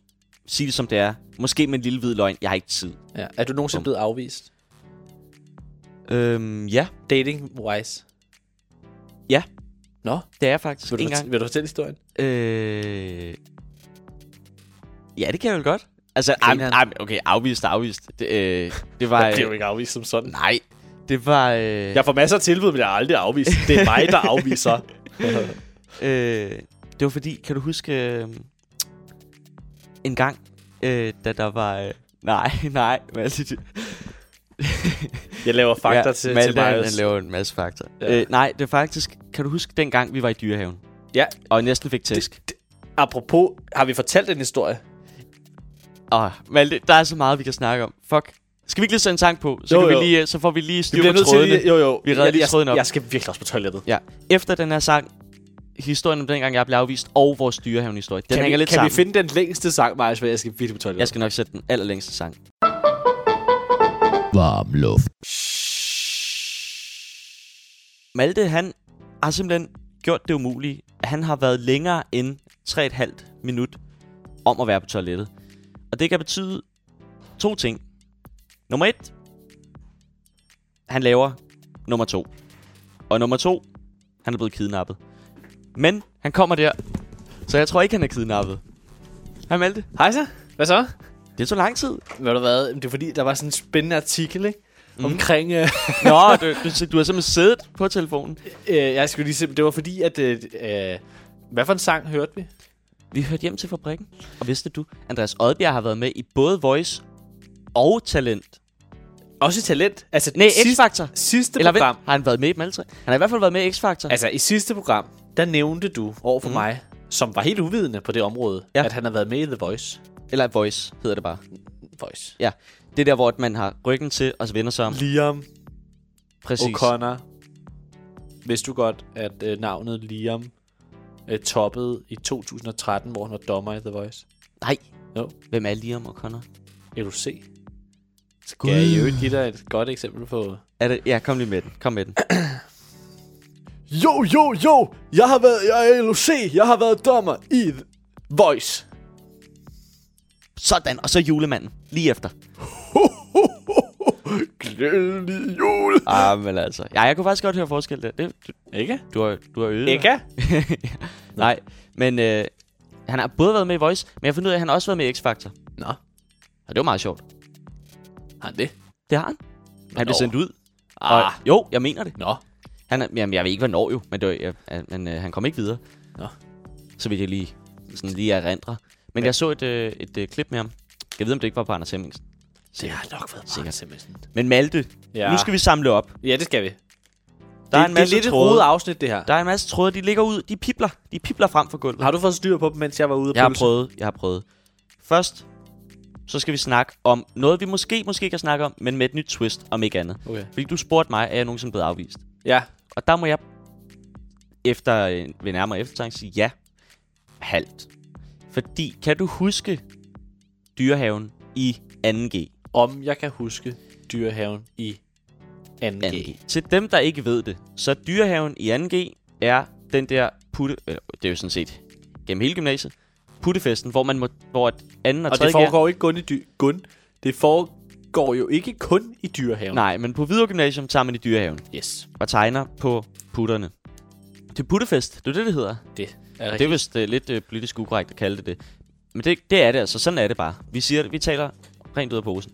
Speaker 2: sige det som det er. Måske med en lille hvid løgn. Jeg har ikke tid.
Speaker 1: Ja. Er du nogensinde
Speaker 2: Bum.
Speaker 1: blevet afvist?
Speaker 2: Øhm, ja.
Speaker 1: Dating-wise?
Speaker 2: Ja.
Speaker 1: Nå,
Speaker 2: Det er jeg faktisk.
Speaker 1: vil du,
Speaker 2: En gang.
Speaker 1: fort- vil du fortælle historien?
Speaker 2: Øh... Ja, det kan jeg vel godt. Altså, ej,
Speaker 1: Griner han?
Speaker 2: ej, okay, afvist, afvist. Det, øh, det var...
Speaker 1: Jeg bliver jo
Speaker 2: øh,
Speaker 1: ikke afvist som sådan.
Speaker 2: nej, det var... Øh,
Speaker 1: Jeg får masser af tilbud, men jeg er aldrig afvist. Det er mig, der afviser.
Speaker 2: øh, det var fordi, kan du huske... Øh, en gang, øh, da der var... Øh, nej, nej, Malte.
Speaker 1: Jeg laver fakta ja, til, til
Speaker 2: Malte, han, han
Speaker 1: Marius.
Speaker 2: laver en masse fakta.
Speaker 1: Ja.
Speaker 2: Ja. Øh, nej, det er faktisk... Kan du huske dengang, vi var i dyrehaven?
Speaker 1: Ja.
Speaker 2: Og næsten fik tæsk.
Speaker 1: Apropos, har vi fortalt en historie?
Speaker 2: Åh, Ah, Malte, der er så meget, vi kan snakke om. Fuck. Skal vi ikke lige sætte en sang på? Så,
Speaker 1: Jo,
Speaker 2: jo, kan
Speaker 1: jo.
Speaker 2: vi lige, øh, så får vi lige
Speaker 1: Vi
Speaker 2: styr
Speaker 1: bliver
Speaker 2: på
Speaker 1: nødt til
Speaker 2: trådene.
Speaker 1: lige... Jo, jo.
Speaker 2: Vi redder
Speaker 1: Jeg-
Speaker 2: lige
Speaker 1: jeg-
Speaker 2: tråden op.
Speaker 1: Jeg skal virkelig også på toilettet.
Speaker 2: Ja. Efter den her sang, historien om dengang, jeg blev afvist, og vores dyrehaven-historie, den
Speaker 1: Kan, vi,
Speaker 2: hænger
Speaker 1: kan
Speaker 2: lidt sammen.
Speaker 1: vi finde den længste sang, Marius? For jeg skal virkelig på toilettet.
Speaker 2: Jeg skal nok sætte den allerlængste sang.
Speaker 3: Varm luft.
Speaker 2: Malte, han har simpelthen gjort det umulige. Han har været længere end 3,5 minut om at være på toilettet. Og det kan betyde to ting. Nummer et, han laver nummer to. Og nummer to, han er blevet kidnappet. Men han kommer der, så jeg tror ikke, han er kidnappet. Hej Malte.
Speaker 1: Hej så. Hvad så?
Speaker 2: Det tog lang tid.
Speaker 1: Ved du hvad? Det er fordi, der var sådan en spændende artikel, ikke? Mm. Omkring... Øh,
Speaker 2: Nå, du, du, du har simpelthen siddet på telefonen.
Speaker 1: øh, jeg skulle lige se... Det var fordi, at... Øh, øh, hvad for en sang hørte vi?
Speaker 2: Vi hørte hjem til fabrikken. Og vidste du, Andreas Oddbjerg har været med i både Voice og Talent.
Speaker 1: Også i talent. Altså,
Speaker 2: Nej,
Speaker 1: sidste,
Speaker 2: X-Factor.
Speaker 1: sidste
Speaker 2: Eller
Speaker 1: program.
Speaker 2: vent, har han været med i dem alle tre? Han har i hvert fald været med i X-Factor.
Speaker 1: Altså, i sidste program, der nævnte du over for mm. mig, som var helt uvidende på det område, ja.
Speaker 2: Ja.
Speaker 1: at han har været med i The Voice.
Speaker 2: Eller Voice hedder det bare.
Speaker 1: Voice.
Speaker 2: Ja, det er der, hvor man har ryggen til, og så vender sig om.
Speaker 1: Liam
Speaker 2: Præcis.
Speaker 1: O'Connor. Vidste du godt, at øh, navnet Liam øh, toppede i 2013, hvor han var dommer i The Voice?
Speaker 2: Nej.
Speaker 1: Jo.
Speaker 2: Hvem er Liam O'Connor?
Speaker 1: LUC. Skal jeg i øvrigt give dig et godt eksempel på...
Speaker 2: Er det? Ja, kom lige med den. Kom med den.
Speaker 1: Jo, jo, jo! Jeg har været... Jeg er LUC! Jeg har været dommer i Voice.
Speaker 2: Sådan, og så julemanden. Lige efter.
Speaker 1: Glædelig jul!
Speaker 2: Ah, men altså. Ja, jeg kunne faktisk godt høre forskel der. Det, du,
Speaker 1: Ikke?
Speaker 2: du, har, du har øvet. dig.
Speaker 1: Ikke?
Speaker 2: Nej, men øh, han har både været med i Voice, men jeg fandt ud af, at han har også været med i X-Factor.
Speaker 1: Nå,
Speaker 2: Og det var meget sjovt.
Speaker 1: har han det?
Speaker 2: Det har han. Han blev
Speaker 1: Hvornår?
Speaker 2: sendt ud.
Speaker 1: Ah.
Speaker 2: Og, jo, jeg mener det.
Speaker 1: Nå,
Speaker 2: Han, er- jamen, jeg ved ikke, hvornår jo, men, det var, jeg, jeg- men øh, han kom ikke videre.
Speaker 1: Nå.
Speaker 2: Så vidt jeg lige, sådan lige erindrer. Men jeg så et, øh, et øh, klip med ham. Jeg ved, om det ikke var på Anders Hemmingsen.
Speaker 1: det har nok været Mark Simonsen.
Speaker 2: Men Malte,
Speaker 1: Ja.
Speaker 2: ja. nu skal vi samle op.
Speaker 1: Ja, det skal vi.
Speaker 2: Der
Speaker 1: det,
Speaker 2: er en masse
Speaker 1: det er lidt et
Speaker 2: tråde.
Speaker 1: rodet afsnit, det her.
Speaker 2: Der er en masse tråde, de ligger ud. De pipler. De pipler frem for gulvet.
Speaker 1: Har du fået styr på dem, mens jeg var ude
Speaker 2: Jeg har
Speaker 1: pølse?
Speaker 2: prøvet, jeg har prøvet. Først, så skal vi snakke om noget, vi måske, måske kan snakke om, men med et nyt twist, om ikke andet.
Speaker 1: Okay.
Speaker 2: Fordi du spurgte mig, er jeg nogensinde blevet afvist?
Speaker 1: Ja.
Speaker 2: Og der må jeg, efter øh, ved nærmere eftertanke, sige ja. Halvt. Fordi, kan du huske dyrehaven i 2G?
Speaker 1: Om jeg kan huske dyrehaven i 2G.
Speaker 2: 2G. Til dem, der ikke ved det, så dyrehaven i 2G er den der putte... Øh, det er jo sådan set gennem hele gymnasiet. Puttefesten, hvor man må, hvor at anden og,
Speaker 1: Og
Speaker 2: tredje
Speaker 1: det
Speaker 2: G'er-
Speaker 1: foregår ikke kun i dy- kun. Det foregår jo ikke kun i dyrehaven.
Speaker 2: Nej, men på Hvidovre Gymnasium tager man i dyrehaven
Speaker 1: Yes.
Speaker 2: og tegner på putterne. Det er puttefest, det er det, det hedder.
Speaker 1: Det er
Speaker 2: Det
Speaker 1: rigtigt.
Speaker 2: er vist uh, lidt uh, politisk ukorrekt at kalde det det. Men det, det er det altså. Sådan er det bare. Vi siger det. Vi taler rent ud af posen.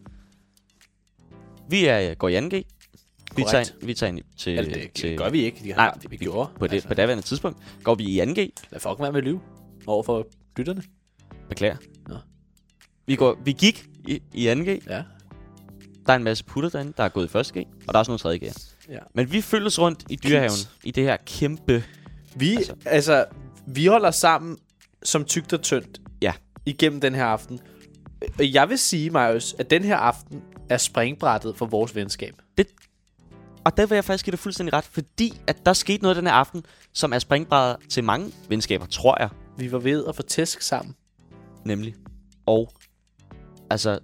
Speaker 2: Vi er, uh, går i 2G. Vi tager,
Speaker 1: Korrekt.
Speaker 2: ind, vi tager ind til...
Speaker 1: Eller, altså, det,
Speaker 2: til
Speaker 1: det gør vi ikke. De har,
Speaker 2: Nej,
Speaker 1: vi, vi gjorde.
Speaker 2: På, det, altså. på daværende tidspunkt går vi i 2G.
Speaker 1: Lad fucking være med at lyve over for lytterne.
Speaker 2: Beklager.
Speaker 1: Nå.
Speaker 2: Vi, går, vi gik i, i 2G.
Speaker 1: Ja.
Speaker 2: Der er en masse putter derinde, der er gået i 1G. Og der er også nogle 3G'er.
Speaker 1: Ja.
Speaker 2: Men vi følges rundt i dyrehaven. I det her kæmpe
Speaker 1: Vi, altså.
Speaker 2: Altså.
Speaker 1: altså, vi holder sammen som tygt og tyndt
Speaker 2: Ja.
Speaker 1: igennem den her aften. Og jeg vil sige, Marius, at den her aften er springbrættet for vores venskab.
Speaker 2: Og der vil jeg faktisk give dig fuldstændig ret, fordi at der skete noget den her aften, som er springbrædder til mange venskaber, tror jeg
Speaker 1: Vi var ved at få tæsk sammen.
Speaker 2: nemlig. Og altså,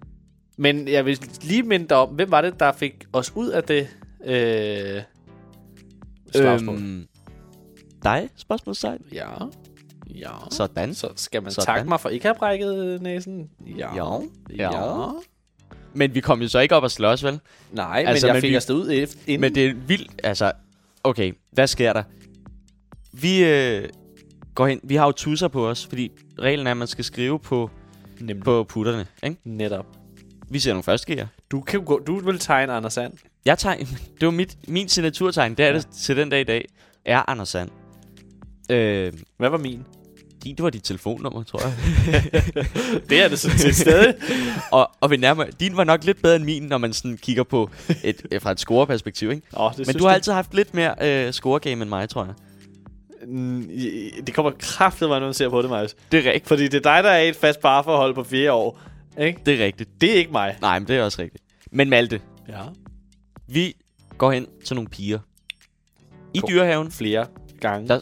Speaker 1: Men jeg vil lige minde dig om, hvem var det, der fik os ud af det øh, slagsmål? Øhm.
Speaker 2: øhm, dig? Spørgsmålstegn?
Speaker 1: Ja. Ja.
Speaker 2: Sådan.
Speaker 1: Så skal man
Speaker 2: Sådan.
Speaker 1: takke mig for ikke at have brækket næsen? Ja.
Speaker 2: Ja.
Speaker 1: ja. ja.
Speaker 2: Ja. Men vi kom jo så ikke op og slås, vel?
Speaker 1: Nej, altså, men
Speaker 2: Altså,
Speaker 1: jeg
Speaker 2: men
Speaker 1: fik
Speaker 2: vi-
Speaker 1: vi... afsted ud ef- inden.
Speaker 2: Men det er vildt, altså... Okay, hvad sker der? Vi øh, går hen... Vi har jo tusser på os, fordi reglen er, at man skal skrive på,
Speaker 1: Nemlig.
Speaker 2: på putterne, ikke?
Speaker 1: Netop.
Speaker 2: Vi ser nogle førstgear.
Speaker 1: Du, kan jo gå, du vil tegne Anders Sand.
Speaker 2: Jeg tegn, det var mit, min signaturtegn, det er det til den dag i dag, er Anders Sand. Øh,
Speaker 1: Hvad var min?
Speaker 2: din, det var dit telefonnummer, tror jeg.
Speaker 1: Det er det sådan til stede.
Speaker 2: og, og ved nærmere, din var nok lidt bedre end min, når man sådan kigger på et, øh, fra et scoreperspektiv, ikke?
Speaker 1: Oh, det
Speaker 2: Men
Speaker 1: synes
Speaker 2: du har altså- altid haft lidt mere øh, scoregame end mig, tror jeg.
Speaker 1: Mm, i- i- Det kommer kraftigt mig, når man ser på det, Marius.
Speaker 2: Det er rigtigt.
Speaker 1: Fordi det er dig, der er i et fast parforhold på fire år. Ikke?
Speaker 2: Det er rigtigt.
Speaker 1: Det er ikke mig.
Speaker 2: Nej, men det er også rigtigt. Men Malte,
Speaker 1: Ja.
Speaker 2: Vi går hen til nogle piger. I
Speaker 1: Cool.
Speaker 2: dyrehaven.
Speaker 1: Flere gange.
Speaker 2: Der-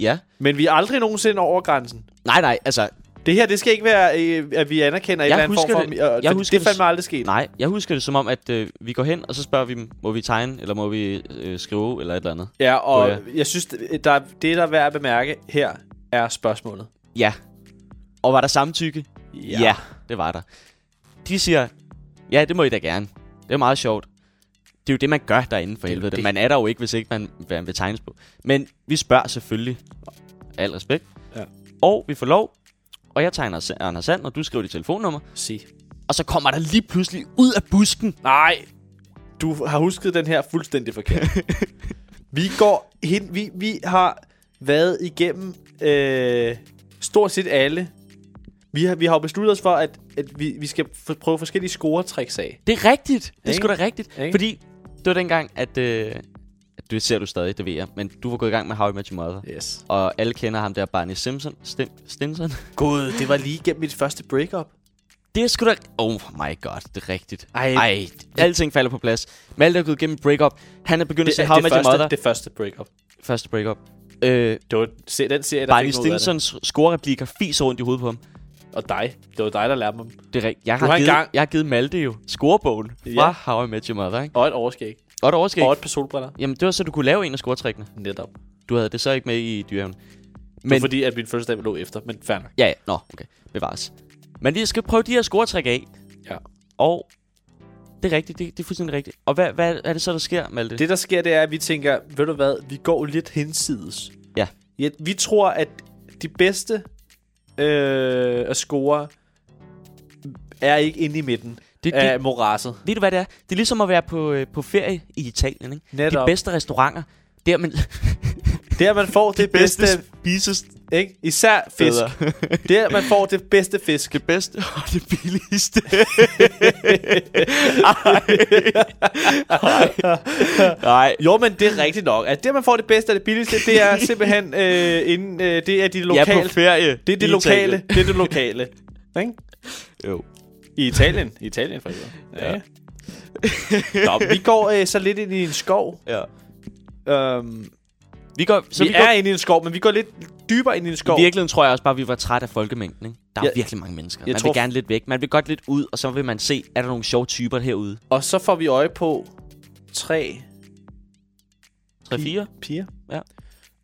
Speaker 2: Ja.
Speaker 1: Men vi er aldrig nogensinde over grænsen.
Speaker 2: Nej, nej, altså...
Speaker 1: Det her, det skal ikke være, øh, at vi anerkender en
Speaker 2: Jeg
Speaker 1: eller anden form
Speaker 2: husker
Speaker 1: for...
Speaker 2: det.
Speaker 1: øh,
Speaker 2: Jeg
Speaker 1: for
Speaker 2: husker
Speaker 1: det
Speaker 2: det
Speaker 1: fandme aldrig sket.
Speaker 2: Nej, jeg husker det som om, at øh, vi går hen, og så spørger vi dem, må vi tegne, eller må vi øh, skrive, eller et eller andet.
Speaker 1: Ja, og
Speaker 2: Åh,
Speaker 1: jeg synes, der, er- det, der er værd at bemærke her, er spørgsmålet.
Speaker 2: Ja. Og var der samtykke? ja det var der. De siger, ja, det må I da gerne. Det er meget sjovt. Det er jo det, man gør derinde for
Speaker 1: Det er jo
Speaker 2: helvede.
Speaker 1: det.
Speaker 2: Man er der jo ikke, hvis ikke man, man vil tegnes på. Men vi spørger selvfølgelig. Al respekt.
Speaker 1: Ja.
Speaker 2: Og vi får lov. Og jeg tegner Anders Sand, og du skriver dit telefonnummer.
Speaker 1: Sig.
Speaker 2: Og så kommer der lige pludselig ud af busken
Speaker 1: Nej, du har husket den her fuldstændig forkert. vi går hen, vi, vi har været igennem øh, stort set alle. Vi har, vi har jo besluttet os for, at, at vi, vi skal f- prøve forskellige scoretricks af.
Speaker 2: Det er rigtigt. Det er
Speaker 1: Ikke?
Speaker 2: sgu da rigtigt.
Speaker 1: Ikke?
Speaker 2: Fordi det var dengang, at... Øh, det ser du stadig, det ved jeg. Men du var gået i gang med How I Met Your Mother.
Speaker 1: Yes.
Speaker 2: Og alle kender ham der, Barney Simpson. Stim, Stinson.
Speaker 1: Gud, det var lige gennem mit første breakup.
Speaker 2: Det er sgu da... Oh my god, det er rigtigt.
Speaker 1: Ej.
Speaker 2: Ej alting falder på plads. Malte er gået igennem et breakup. Han er begyndt at se How I Met Your Mother.
Speaker 1: første, det første breakup.
Speaker 2: Første breakup. Øh,
Speaker 1: Det var se, den serie, der
Speaker 2: Barney
Speaker 1: fik mig ud af det.
Speaker 2: Stinsons scorereplikker fiser rundt i hovedet på ham.
Speaker 1: Og dig. Det var dig, der lærte mig. dem.
Speaker 2: Det er rigtigt. Jeg
Speaker 1: Du
Speaker 2: har,
Speaker 1: har
Speaker 2: givet,
Speaker 1: engang-
Speaker 2: jeg har givet Malte jo scorebogen fra
Speaker 1: Ja.
Speaker 2: How I Met Your Mother. Ikke?
Speaker 1: Og et overskæg.
Speaker 2: Og et overskæg.
Speaker 1: Og et par solbriller.
Speaker 2: Jamen, det var så, du kunne lave en af scoretrikkene.
Speaker 1: Netop.
Speaker 2: Du havde det så ikke med i dyrehaven.
Speaker 1: Men...
Speaker 2: Men,
Speaker 1: Fordi at min fødselsdag lå efter, men fair nok.
Speaker 2: ja, ja, nå, okay, bevares. Men vi skal prøve de her scoretræk af,
Speaker 1: Ja.
Speaker 2: og det er rigtigt, det, det er fuldstændig rigtigt. Og hvad, hvad er det så, der sker, Malte? Det...
Speaker 1: Det, der sker, det er, at vi tænker, ved du hvad, vi går lidt hinsides.
Speaker 2: Ja.
Speaker 1: ja vi tror, at de bedste øh, at score er ikke inde i midten
Speaker 2: Det-
Speaker 1: det,
Speaker 2: det-
Speaker 1: af morasset.
Speaker 2: Ved du, hvad det er? Det er ligesom at være på, øh, på ferie i Italien, ikke?
Speaker 1: Netop.
Speaker 2: De bedste restauranter, der man...
Speaker 1: Der, man får det bedste,
Speaker 2: spises...
Speaker 1: ikke? især fisk. Der, man får det bedste fisk.
Speaker 2: Det bedste og det billigste. Nej.
Speaker 1: Jo, men det er rigtigt nok. At der, man får det bedste og det billigste, det er simpelthen øh, inden, øh, det er de lokale.
Speaker 2: Jeg er på ferie
Speaker 1: det er det
Speaker 2: i Italien.
Speaker 1: lokale. Det er det lokale. Ikke?
Speaker 2: Jo.
Speaker 1: I Italien. I Italien for eksempel. Ja. Nå, vi går øh, så lidt ind i en skov.
Speaker 2: Ja.
Speaker 1: Øhm,
Speaker 2: Vi går, så
Speaker 1: så vi,
Speaker 2: vi,
Speaker 1: vi
Speaker 2: går,
Speaker 1: er inde i en skov, men vi går lidt dybere ind i en skov.
Speaker 2: I virkeligheden tror jeg også bare, at vi var trætte af folkemængden. Ikke? Der er
Speaker 1: Ja.
Speaker 2: ja, virkelig mange mennesker.
Speaker 1: Jeg
Speaker 2: Man
Speaker 1: tror-
Speaker 2: vil gerne lidt væk. Man vil godt lidt ud, og så vil man se, er der nogle sjove typer herude?
Speaker 1: Og så får vi øje på tre
Speaker 2: 3-4?
Speaker 1: piger.
Speaker 2: Ja.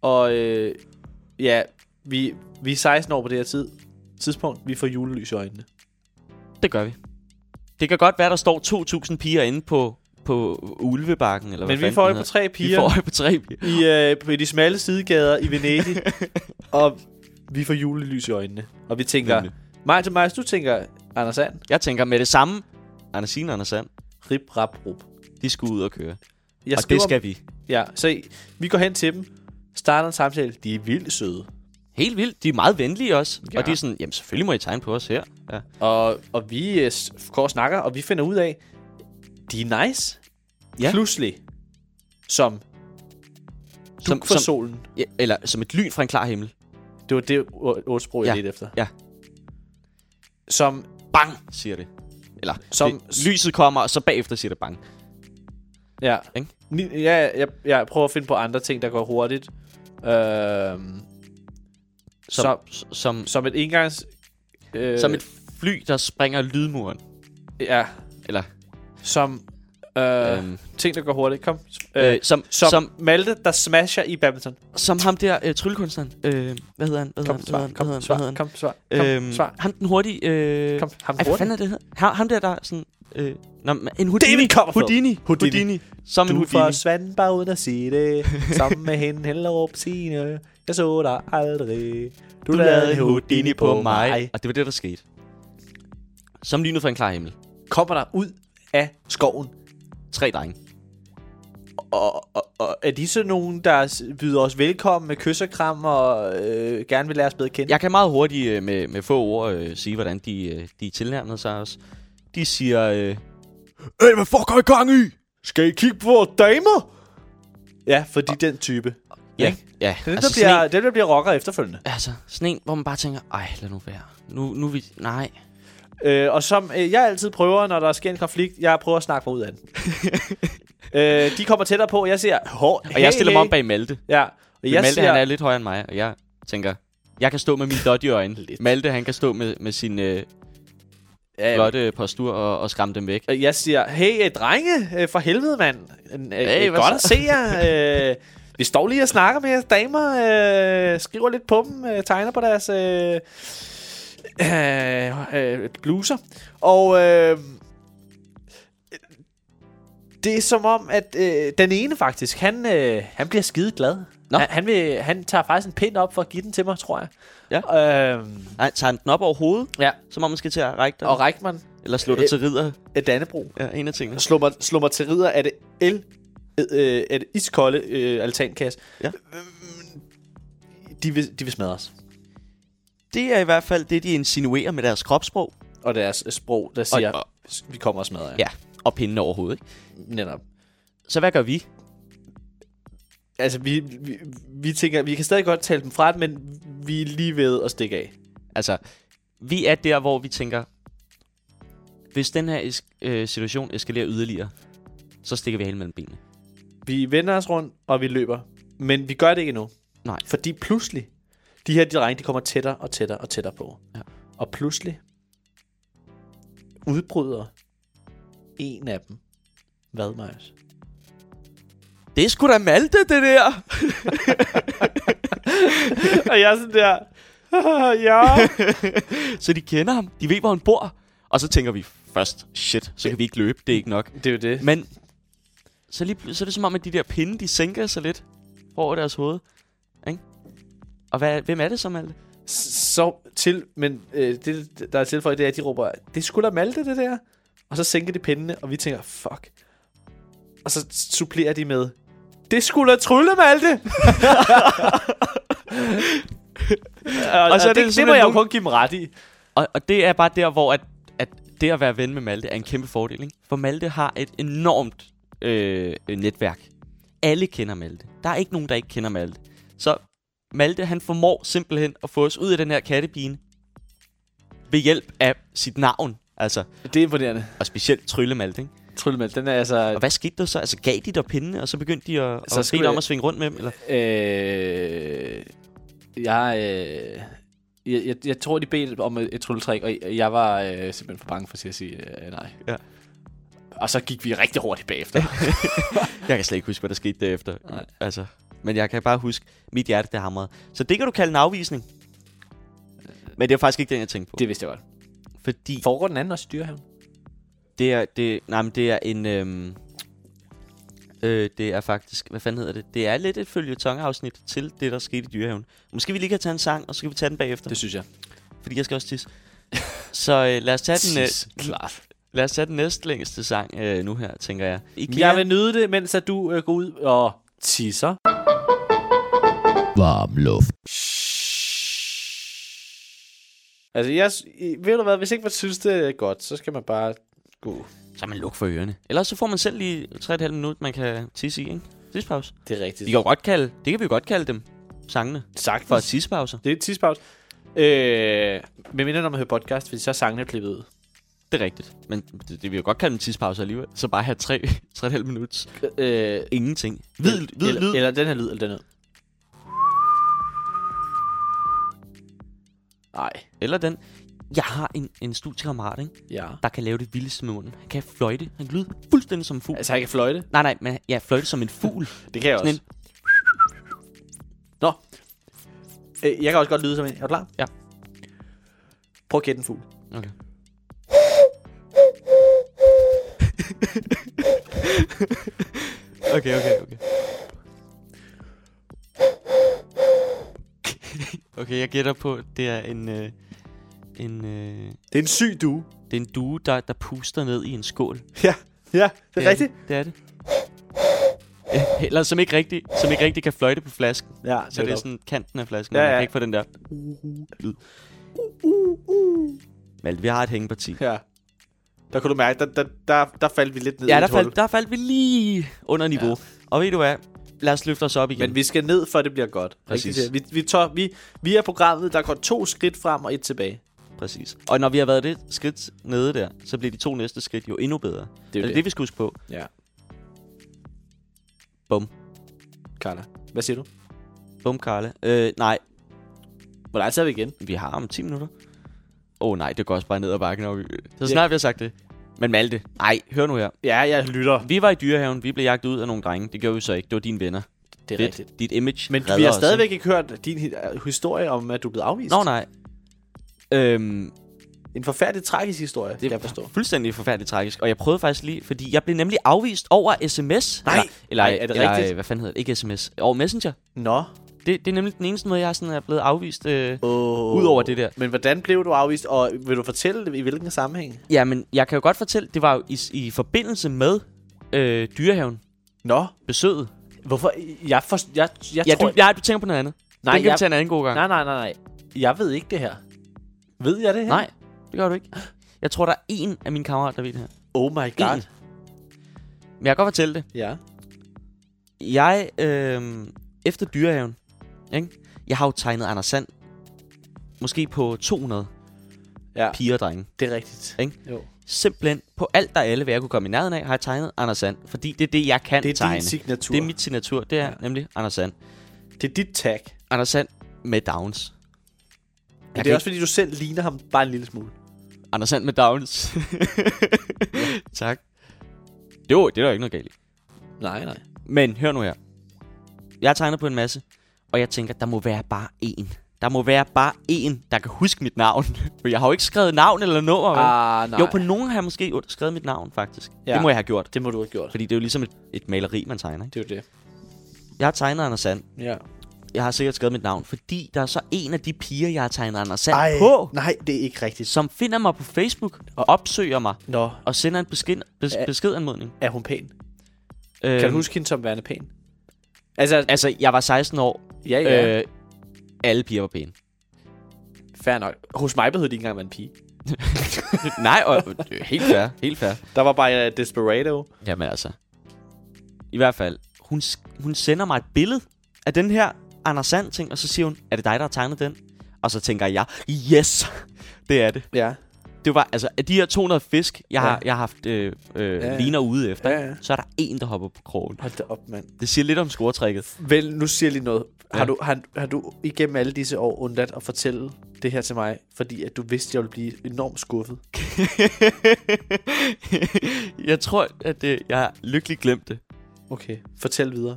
Speaker 1: Og øh, ja, vi, vi er 16 år på det her tid, tidspunkt. Vi får julelys i øjnene.
Speaker 2: Det gør vi. Det kan godt være, der står 2.000 piger inde på, på Ulvebakken. Eller hvad
Speaker 1: Men vi
Speaker 2: fanden
Speaker 1: får
Speaker 2: den
Speaker 1: øje på
Speaker 2: hedder.
Speaker 1: tre
Speaker 2: Vi får
Speaker 1: piger
Speaker 2: øje på tre piger.
Speaker 1: i, øh, på de smalle sidegader i Venedig. og vi får julelys i øjnene. Og vi tænker,
Speaker 2: Nemlig.
Speaker 1: Martin Majs, du tænker, Anders Sand,
Speaker 2: Jeg tænker med det samme. Andersine og Anders Sand,
Speaker 1: rip, rap, rup.
Speaker 2: de skulle ud og køre.
Speaker 1: Jeg
Speaker 2: og det skal vi.
Speaker 1: Ja, så I- vi går hen til dem, starter en samtale. De er vildt søde.
Speaker 2: Helt vildt. De er meget venlige også.
Speaker 1: Ja.
Speaker 2: Ja. Og de er sådan, jamen selvfølgelig må I tegne på os her. Ja.
Speaker 1: Og, og vi øh, s- går og snakker, og vi finder ud af, de er nice.
Speaker 2: Ja.
Speaker 1: Pludselig, som Som, for som, solen.
Speaker 2: ja, eller som et lyn fra en klar himmel.
Speaker 1: Det var det o- otte sprog, jeg
Speaker 2: Ja.
Speaker 1: ledte efter.
Speaker 2: Ja.
Speaker 1: Som,
Speaker 2: Bang, siger det. Eller,
Speaker 1: Som-
Speaker 2: som det, lyset kommer, og så bagefter siger det bang.
Speaker 1: ja.
Speaker 2: Ikke?
Speaker 1: Ni- ja jeg, jeg prøver at finde på andre ting, der går hurtigt. Øhm,
Speaker 2: Som, som, som,
Speaker 1: som et engangs... Øh,
Speaker 2: som et fly, der springer lydmuren.
Speaker 1: Ja.
Speaker 2: Eller,
Speaker 1: Som øh,
Speaker 2: Øhm.
Speaker 1: ting, der går hurtigt. Kom. Øh,
Speaker 2: øh, som,
Speaker 1: som,
Speaker 2: som,
Speaker 1: som Malte, der smasher i badminton.
Speaker 2: som ham der øh, tryllekunstneren. Øh, hvad hedder han? Hvad
Speaker 1: Kom,
Speaker 2: hedder
Speaker 1: svar.
Speaker 2: han? Hvad hedder
Speaker 1: Kom,
Speaker 2: han? Hvad
Speaker 1: svar.
Speaker 2: hedder han?
Speaker 1: Kom, svar.
Speaker 2: Øhm,
Speaker 1: Kom, svar.
Speaker 2: Ham den hurtige... Øh,
Speaker 1: Kom, ham
Speaker 2: Ej, hvad
Speaker 1: hurtigt.
Speaker 2: fanden er det her? Ham, ham der, der er sådan... Øh, nå, men en Houdini.
Speaker 1: David Copperfield.
Speaker 2: Houdini.
Speaker 1: Houdini.
Speaker 2: Houdini. Houdini. Som en
Speaker 1: Du
Speaker 2: Houdini.
Speaker 1: forsvandt bare uden at sige det Sammen med hende Hellerup Signe Jeg så dig aldrig Du,
Speaker 2: Og det var det, der skete. Som lynet fra en klar himmel.
Speaker 1: Kommer der ud af skoven
Speaker 2: Tre drenge.
Speaker 1: og, og, og er de så nogen, der s- byder os velkommen med kys og kram og øh, gerne vil lære os bedre at kende?
Speaker 2: Jeg kan meget hurtigt øh, med, med få ord øh, sige, hvordan de, øh, de tilnærmede sig os. De siger... Øh, Hey, hvad fuck har I gang i?
Speaker 1: Skal I kigge på vores damer? Ja, fordi og, den type. Det
Speaker 2: Ja,
Speaker 1: Ikke?
Speaker 2: ja.
Speaker 1: er Den, altså, der
Speaker 2: altså,
Speaker 1: bliver,
Speaker 2: sådan en,
Speaker 1: den, der bliver rocker efterfølgende.
Speaker 2: altså, sådan en, hvor man bare tænker, ej, lad nu være. Nu, nu er vi... Nej.
Speaker 1: Øh, og som øh, jeg altid prøver, når der sker en konflikt, jeg prøver at snakke mig ud af den. øh, de kommer tættere på, jeg siger, hår,
Speaker 2: Og jeg stiller mig om bag Malte.
Speaker 1: Ja, og jeg
Speaker 2: Jeg Malte,
Speaker 1: siger,
Speaker 2: siger... han er lidt højere end mig, og jeg tænker, jeg kan stå med mine dodgy øjne.
Speaker 1: Lidt.
Speaker 2: Malte, han kan stå med, med sin øh,
Speaker 1: Ja,
Speaker 2: flotte postur og, og skræmme dem væk.
Speaker 1: Og Jeg siger, hey øh, drenge, øh, for helvede mand, Øh, øh,
Speaker 2: Hey,
Speaker 1: hey,
Speaker 2: hvad
Speaker 1: godt at
Speaker 2: så?"
Speaker 1: se jer. Øh, Vi står lige og snakker med jeres damer, øh, skriver lidt på dem, øh, tegner på deres øh, øh, øh, bluser. Og øh, det er som om, at øh, den ene faktisk, han, øh, han bliver skide glad.
Speaker 2: Nå.
Speaker 1: Han, han, vil, han tager faktisk en pind op for at give den til mig, tror jeg.
Speaker 2: Ja.
Speaker 1: Øh,
Speaker 2: Nej, tager han den op over hovedet,
Speaker 1: ja.
Speaker 2: som om man skal til at række dig,
Speaker 1: Og Reichmann,
Speaker 2: eller slå dig
Speaker 1: øh,
Speaker 2: til ridder.
Speaker 1: øh, Dannebro.
Speaker 2: Ja, en af tingene.
Speaker 1: slår mig, slår mig til ridder af det el, øh, af det iskolde øh, altankasse.
Speaker 2: Ja.
Speaker 1: Øhm, De vil, de vil smadre os.
Speaker 2: Det er i hvert fald det, de insinuerer med deres kropssprog.
Speaker 1: Og deres øh, sprog, der siger,
Speaker 2: og-
Speaker 1: vi kommer og smadrer jer.
Speaker 2: Ja, og pinden over hovedet. Ikke?
Speaker 1: Netop.
Speaker 2: Så hvad gør vi?
Speaker 1: Altså, vi, vi, vi tænker, vi kan stadig godt tale dem fra, men vi er lige ved at stikke af.
Speaker 2: Altså, vi er der, hvor vi tænker, hvis den her es- øh, situation eskalerer yderligere, så stikker vi halen mellem benene.
Speaker 1: Vi vender os rundt, og vi løber. Men vi gør det ikke endnu.
Speaker 2: Nej.
Speaker 1: Fordi pludselig, de her drenge, de kommer tættere og tættere og tættere på.
Speaker 2: Ja.
Speaker 1: Og pludselig udbryder en af dem vadmajs.
Speaker 2: Det er sgu da Malte, det der!
Speaker 1: Og jeg er sådan der, ja.
Speaker 2: Så de kender ham, de ved, hvor han bor. Og så tænker vi først, shit, så kan vi ikke løbe, det er ikke nok.
Speaker 1: Det er jo det.
Speaker 2: Men så, lige, pl- så er det som om, at de der pinde, de sænker sig lidt over deres hoved. Ikke? Og hvad, hvem er det så, Malte?
Speaker 1: Så til, men øh, det, der er tilføjet, det er, at de råber, det skulle da Malte, det der. Og så sænker de pindene, og vi tænker, fuck. Og så supplerer de med, det skulle da Trylle, Malte. og, og,
Speaker 2: så er
Speaker 1: så det, det,
Speaker 2: det
Speaker 1: det må
Speaker 2: simpelthen
Speaker 1: jeg jo
Speaker 2: nogen-
Speaker 1: kun give dem ret i.
Speaker 2: Og, og det er bare der, hvor at, at det at være ven med Malte er en kæmpe fordel. Ikke? For Malte har et enormt øh, øh, netværk. Alle kender Malte. Der er ikke nogen, der ikke kender Malte. Så Malte, han formår simpelthen at få os ud af den her kattepine ved hjælp af sit navn. Altså,
Speaker 1: Det er imponerende.
Speaker 2: og specielt Trylle Malte, ikke?
Speaker 1: Trylle, Malte, den er altså...
Speaker 2: Og hvad skete der så? Altså, gav de der pindene, og så begyndte de at,
Speaker 1: Så
Speaker 2: så at
Speaker 1: skulle
Speaker 2: bede dig om
Speaker 1: jeg-
Speaker 2: at svinge rundt med dem? Eller?
Speaker 1: Øh, jeg, øh, jeg, jeg, jeg tror, de bedte om et, et trylletræk, og jeg, jeg var øh, simpelthen for bange for til at sige øh, nej.
Speaker 2: Ja.
Speaker 1: Og så gik vi rigtig hurtigt bagefter.
Speaker 2: Jeg kan slet ikke huske, hvad der skete derefter.
Speaker 1: Nej.
Speaker 2: Nej. Altså, men jeg kan bare huske, mit hjerte det hamrede. Så det kan du kalde en afvisning. Men det er faktisk ikke den, jeg tænkte på. Det,
Speaker 1: Øh. det vidste jeg godt.
Speaker 2: fordi
Speaker 1: Foregår den anden også i dyrehaven?
Speaker 2: det er, det, nej, men det er en... Øhm, øh, det er faktisk... Hvad fanden hedder det? Det er lidt et følgetongeafsnit til det, der skete i dyrehaven. Måske vi lige kan tage en sang, og så kan vi tage den bagefter.
Speaker 1: Det
Speaker 2: Det.
Speaker 1: synes jeg.
Speaker 2: Fordi jeg skal også tisse. så øh, lad, os tage den,
Speaker 1: Tis,
Speaker 2: øh,
Speaker 1: klart.
Speaker 2: lad os tage den næstlængste sang øh, nu her, tænker jeg. Ikea,
Speaker 1: Jeg vil nyde det, mens at du øh, går ud og tisser.
Speaker 3: Varm luft.
Speaker 1: Altså, jeg, s- i- ved du hvad, hvis ikke man synes, det er godt, så skal man bare gå.
Speaker 2: så er man luk for ørerne. Ellers så får man selv lige 3,5 minutter, man kan tisse i, ikke? tidspause.
Speaker 1: Det er rigtigt.
Speaker 2: Vi kan jo godt kalde, det kan vi jo godt kalde dem, sangene,
Speaker 1: Sagtens.
Speaker 2: for tidspauser.
Speaker 1: Det er tidspause. Øh, med mindre, når man hører podcast, fordi så er sangene klippet ud.
Speaker 2: Det er rigtigt. Men det, det vil jeg jo godt kalde en tidspause alligevel. Så bare have 3, 3,5 minutter.
Speaker 1: Øh,
Speaker 2: Ingenting. Hvid, hvid
Speaker 1: eller,
Speaker 2: lyd.
Speaker 1: Eller den her lyd, eller den her. Nej,
Speaker 2: Eller den. Jeg har en, en studiekammerat, ikke,
Speaker 1: ja.
Speaker 2: der kan lave det vildeste med munden. Han kan fløjte. Han kan lyde fuldstændig som en fugl.
Speaker 1: Altså, jeg kan fløjte.
Speaker 2: Nej, nej, men ja, fløjte som en fugl.
Speaker 1: Det kan jeg
Speaker 2: Sådan
Speaker 1: også. Nå. Øh, jeg kan også godt lyde som en. Er du klar?
Speaker 2: Ja.
Speaker 1: Prøv at gætte en fugl.
Speaker 2: Okay. okay, okay, okay. Okay, jeg gætter på, at det er en... Øh, en øh,
Speaker 1: Det er en syg due.
Speaker 2: det er en due, der, der puster ned i en skål.
Speaker 1: Ja, ja. Det er rigtigt.
Speaker 2: Det, det er det. Ja, Eller som ikke, rigtig, som ikke rigtig kan fløjte på flasken.
Speaker 1: Ja,
Speaker 2: Så det er sådan kanten af flasken,
Speaker 1: Ja,
Speaker 2: ja, ja. man
Speaker 1: ja.
Speaker 2: kan ikke få den der lyd. Malte, vi har et hængeparti.
Speaker 1: Ja. Der kunne du mærke, der, der, der, der faldt vi lidt ned i
Speaker 2: Ja,
Speaker 1: et
Speaker 2: der
Speaker 1: hul.
Speaker 2: faldt, der faldt vi lige under niveau. Ja. Og ved du hvad? Lad os løfte os op igen.
Speaker 1: Men vi skal ned, for det bliver godt.
Speaker 2: Præcis.
Speaker 1: Rigtigt. Vi, vi, tør, vi, vi er programmet, der går to skridt frem og et tilbage.
Speaker 2: Præcis. Og når vi har været det skridt nede der, så bliver de to næste skridt jo endnu bedre. Det er det, det vi skal huske på.
Speaker 1: Ja.
Speaker 2: Bum.
Speaker 1: Carla, hvad siger du?
Speaker 2: Bum, Karle. Øh, nej,
Speaker 1: Hvor lang tid er vi igen?
Speaker 2: vi har om 10 minutter. Åh oh, nej, det går også bare ned ad bakken. Og vi... Så
Speaker 1: Ja.
Speaker 2: snart vi har sagt det. Men Malte, nej, hør nu her.
Speaker 1: Ja, jeg lytter. Det
Speaker 2: Vi var i dyrehaven, vi blev jagtet ud af nogle drenge. Det gjorde vi så ikke. Det var dine venner.
Speaker 1: er Lidt.
Speaker 2: Fedt.
Speaker 1: rigtigt.
Speaker 2: Dit image
Speaker 1: Men
Speaker 2: redder
Speaker 1: vi har
Speaker 2: os,
Speaker 1: stadigvæk ikke hørt din hi- øh, historie om, at du er blevet
Speaker 2: ikke?
Speaker 1: afvist.
Speaker 2: Nå nej. Øhm,
Speaker 1: En forfærdelig tragisk historie, det kan jeg forstå.
Speaker 2: fuldstændig forfærdeligt tragisk. Og jeg prøvede faktisk lige, fordi jeg blev nemlig afvist over sms.
Speaker 1: Nej!
Speaker 2: Eller, eller,
Speaker 1: Nej, er det
Speaker 2: eller
Speaker 1: rigtigt?
Speaker 2: øh, hvad fanden hedder det? Ikke sms. Over messenger.
Speaker 1: Nå.
Speaker 2: Det, det er nemlig den eneste måde, jeg sådan er blevet afvist. Øh.
Speaker 1: Oh.
Speaker 2: Udover det der.
Speaker 1: Men hvordan blev du afvist, og vil du fortælle det, i hvilken sammenhæng?
Speaker 2: Ja, men jeg kan jo godt fortælle, det var jo i, i forbindelse med øh, dyrehaven.
Speaker 1: Nå.
Speaker 2: Besøget.
Speaker 1: Hvorfor? Jeg, for, jeg, jeg
Speaker 2: ja,
Speaker 1: tror...
Speaker 2: du, ja, du tænker på noget andet.
Speaker 1: nej,
Speaker 2: den kan
Speaker 1: jeg,
Speaker 2: vi tage en anden god gang.
Speaker 1: nej, nej, nej, nej. Jeg ved ikke det her. Ved jeg det her?
Speaker 2: nej, det gør du ikke. Jeg tror, der er en af mine kammerater, der ved det her.
Speaker 1: Oh my god.
Speaker 2: En. Men jeg kan godt fortælle det.
Speaker 1: Ja.
Speaker 2: Jeg, øh, efter dyrehaven, ikke? jeg har jo tegnet Anders Sand. Måske på 200
Speaker 1: Ja,
Speaker 2: piger og drenge.
Speaker 1: det er rigtigt.
Speaker 2: Ikke?
Speaker 1: Jo.
Speaker 2: Simpelthen på alt der alle, hvad jeg kunne komme i nærheden af, har jeg tegnet Anders Sand. Fordi det er det, jeg kan
Speaker 1: Det er
Speaker 2: tegne.
Speaker 1: din signatur.
Speaker 2: det er mit signatur, det er
Speaker 1: Ja.
Speaker 2: ja. nemlig Anders Sand.
Speaker 1: det er dit tag.
Speaker 2: Anders Sand med Downs.
Speaker 1: Men
Speaker 2: Jeg
Speaker 1: det
Speaker 2: kan
Speaker 1: er også, fordi du selv ligner ham bare en lille smule.
Speaker 2: ikke- Anders Sand med Downs. tak. Det var, det var ikke noget galt i.
Speaker 1: Nej, nej.
Speaker 2: Men hør nu her. Jeg har tegnet på en masse, og jeg tænker, der må være bare én. Der må være bare én, der kan huske mit navn. For jeg har jo ikke skrevet navn eller nummer. vel?
Speaker 1: Ah, nej.
Speaker 2: jo, på nogen har jeg måske skrevet mit navn, faktisk. Ja.
Speaker 1: Ja.
Speaker 2: Det må jeg have gjort.
Speaker 1: Det må du have gjort.
Speaker 2: Fordi det er jo ligesom et, et maleri, man tegner. Ikke?
Speaker 1: Det er jo det.
Speaker 2: Jeg har tegnet Anders Sand.
Speaker 1: Ja.
Speaker 2: Jeg har sikkert skrevet mit navn, fordi der er så en af de piger, jeg har tegnet Anders Sand Ej. på,
Speaker 1: Øh, nej, det er ikke rigtigt.
Speaker 2: som finder mig på Facebook og opsøger mig
Speaker 1: Nå,
Speaker 2: og sender en beskin, bes,
Speaker 1: Æ-
Speaker 2: beskedanmodning.
Speaker 1: er hun pæn?
Speaker 2: Øhm,
Speaker 1: Kan du huske hende som værende pæn? Altså,
Speaker 2: Altså, jeg var 16 år.
Speaker 1: ja, ja. Øh,
Speaker 2: Øh, alle piger var pæne.
Speaker 1: fair nok. Hos mig behøvede de ikke engang være en pige.
Speaker 2: Nej, og, det er helt fair, helt fair.
Speaker 1: Der var bare uh, Desperado.
Speaker 2: Jamen altså. I hvert fald, hun, sk- hun sender mig et billede af den her Anders Sand ting, og så siger hun, er det dig, der har tegnet den? Og så tænker jeg, yes, det er det.
Speaker 1: Ja.
Speaker 2: Det var, altså, af de her 200 fisk, jeg,
Speaker 1: Ja.
Speaker 2: har, jeg har haft øh, øh,
Speaker 1: Ja, ja.
Speaker 2: ja. ligner ude efter,
Speaker 1: Ja, ja.
Speaker 2: så er der en, der hopper på krogen.
Speaker 1: Hold da op, mand.
Speaker 2: Det siger lidt om scoretrækket.
Speaker 1: Vel, nu siger jeg lige noget. Har,
Speaker 2: Ja.
Speaker 1: du, har, har du igennem alle disse år undladt at fortælle det her til mig, fordi at du vidste, at jeg ville blive enormt skuffet?
Speaker 2: jeg tror, at øh, jeg har lykkeligt glemt det.
Speaker 1: Okay, fortæl videre.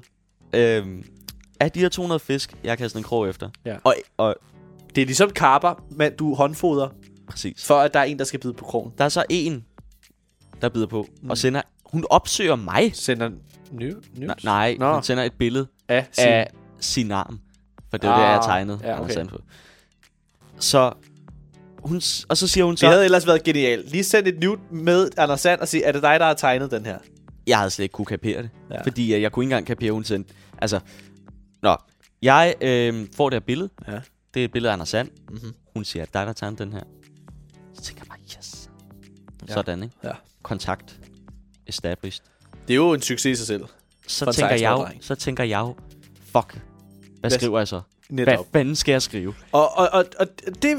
Speaker 2: Øhm, af de her 200 fisk, jeg har kastet en krog efter.
Speaker 1: Ja.
Speaker 2: Og, og
Speaker 1: Det er ligesom karper, men du håndfoder,
Speaker 2: præcis.
Speaker 1: for at der er en, der skal bide på krogen.
Speaker 2: Der er så en, der bider på mm. og sender... Hun opsøger mig.
Speaker 1: Sender ny, ny.
Speaker 2: N- nej,
Speaker 1: Nå.
Speaker 2: Nå. hun sender et billede
Speaker 1: af sin,
Speaker 2: sin. af sin arm. For det var ah, det, jeg
Speaker 1: Ah,
Speaker 2: tegnede.
Speaker 1: ja,
Speaker 2: Ja,
Speaker 1: okay.
Speaker 2: okay. på. Så hun... s- Og så siger hun så...
Speaker 1: Det
Speaker 2: Havde...
Speaker 1: havde ellers været genialt. Lige send et nude med Anders Sand og sige, er det dig, der har tegnet den her?
Speaker 2: Jeg havde slet ikke kunne kapere det.
Speaker 1: Ja.
Speaker 2: Ja. Fordi øh, jeg kunne ikke engang kapere, hun sendte... Altså... Nå. Jeg øh, får det her billede.
Speaker 1: Ja.
Speaker 2: Det er et billede af Anders Sand.
Speaker 1: Mhm.
Speaker 2: Mm-hmm. Hun siger, at dig, der tegnede den her. Så tænker jeg bare, yes.
Speaker 1: Ja.
Speaker 2: Ja. Sådan, ikke?
Speaker 1: Ja.
Speaker 2: Kontakt. Established.
Speaker 1: Det er jo en succes i sig selv.
Speaker 2: så
Speaker 1: For en
Speaker 2: tænker jeg,
Speaker 1: 16-årig
Speaker 2: jo-
Speaker 1: dreng.
Speaker 2: så tænker jeg, jo, fuck, hvad
Speaker 1: Hvad-
Speaker 2: skriver jeg så? Hvad
Speaker 1: Netop.
Speaker 2: fanden skal jeg skrive?
Speaker 1: Og, og, og, og det,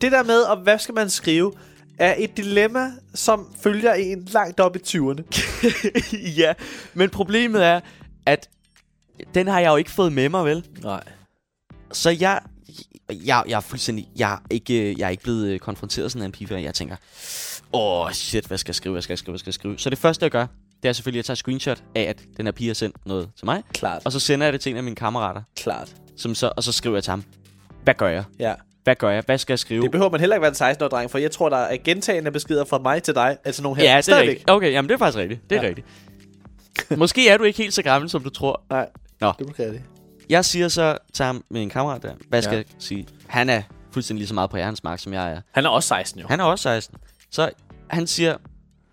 Speaker 1: det der med, og hvad skal man skrive, er et dilemma, som følger en langt op i 20'erne.
Speaker 2: ja, men problemet er, at den har jeg jo ikke fået med mig, vel?
Speaker 1: Nej.
Speaker 2: Så jeg, jeg, jeg er fuldstændig, jeg er ikke, øh, jeg er ikke blevet øh, konfronteret sådan af en pige, før. jeg tænker, åh oh, shit, hvad skal jeg skrive, hvad skal jeg skrive, hvad skal jeg skrive? Så det første, jeg gør, det er selvfølgelig, at jeg tager screenshot af, at den her pige har sendt noget til mig,
Speaker 1: Klart,
Speaker 2: og så sender jeg det til en af mine kammerater,
Speaker 1: klart.
Speaker 2: som så, og så skriver jeg til ham, hvad gør jeg?
Speaker 1: Ja.
Speaker 2: Hvad gør jeg? Hvad skal jeg skrive?
Speaker 1: Det behøver man heller ikke være en 16-årig dreng, for jeg tror, der er gentagende beskeder fra mig til dig. Altså nogle her.
Speaker 2: ja, det er
Speaker 1: Stadigvæk.
Speaker 2: rigtigt. Okay, jamen det er faktisk rigtigt. Det er
Speaker 1: Ja.
Speaker 2: ja. rigtigt. Måske er du ikke helt så gammel, som du tror.
Speaker 1: Nej.
Speaker 2: Nå.
Speaker 1: Det beklager det.
Speaker 2: Jeg siger så til ham med en kammerat der, hvad skal
Speaker 1: Ja.
Speaker 2: ja. jeg sige? Han er fuldstændig lige så meget på herrens mark, som jeg er.
Speaker 1: Han er også 16 jo.
Speaker 2: Han er også 16. Så han siger,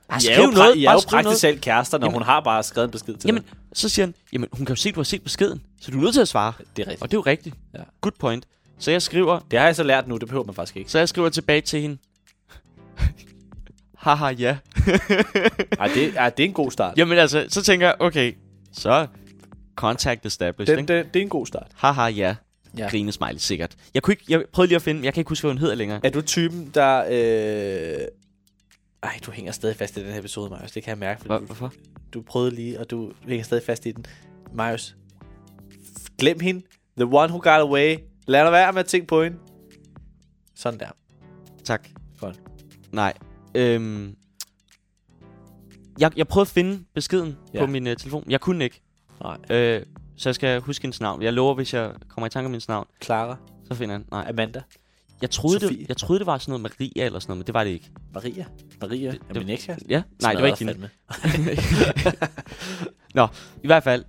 Speaker 2: bare
Speaker 1: I
Speaker 2: skriv
Speaker 1: er jo,
Speaker 2: noget,
Speaker 1: noget, I er
Speaker 2: bare
Speaker 1: jo
Speaker 2: skriv
Speaker 1: praktisk
Speaker 2: noget.
Speaker 1: selv kærester, når
Speaker 2: Jamen-
Speaker 1: hun har bare skrevet en besked til
Speaker 2: Jamen, så siger han, jamen hun kan jo se, at du har set beskeden, så du er nødt til at svare.
Speaker 1: dig. Det er rigtigt.
Speaker 2: Og det er jo rigtigt.
Speaker 1: Ja.
Speaker 2: Good point. Så jeg skriver,
Speaker 1: Det har jeg så lært nu, det behøver man faktisk ikke.
Speaker 2: så jeg skriver tilbage til hende. Haha, ja.
Speaker 1: Ej, det, ej, det er en god start.
Speaker 2: Jamen altså, så tænker jeg, okay, så contact established,
Speaker 1: Den,
Speaker 2: ikke?
Speaker 1: den, det er en god start.
Speaker 2: Haha, ja.
Speaker 1: Ja.
Speaker 2: ja. Grine smiley, sikkert. Jeg, kunne ikke, jeg prøvede lige at finde, jeg kan ikke huske, hvad hun hedder længere.
Speaker 1: Er du typen, der... Øh... Ej, du hænger stadig fast i den her episode, Marius. Det kan jeg mærke,
Speaker 2: Hvor,
Speaker 1: fordi du,
Speaker 2: hvorfor?
Speaker 1: du prøvede lige, og du hænger stadig fast i den. Marius, f- glem hende. The one who got away. Lad dig være med at tænke på hende. Sådan der.
Speaker 2: Tak.
Speaker 1: Godt.
Speaker 2: Nej. Øhm, jeg, jeg prøvede at finde beskeden ja.
Speaker 1: Ja.
Speaker 2: på min uh, telefon. Jeg kunne ikke.
Speaker 1: Nej.
Speaker 2: Øh, så jeg skal huske hendes navn. Jeg lover, hvis jeg kommer i tanke om hendes navn,
Speaker 1: Clara,
Speaker 2: så finder jeg den. Nej.
Speaker 1: Amanda,
Speaker 2: Jeg troede,
Speaker 1: Sofie.
Speaker 2: det, jeg troede, det var sådan noget Maria eller sådan noget, men det var det ikke.
Speaker 1: Maria. Maria det, er
Speaker 2: det-
Speaker 1: min ekskæreste.
Speaker 2: Ja? Nej, det var ikke hende.
Speaker 1: Smadret
Speaker 2: Nå, i hvert fald.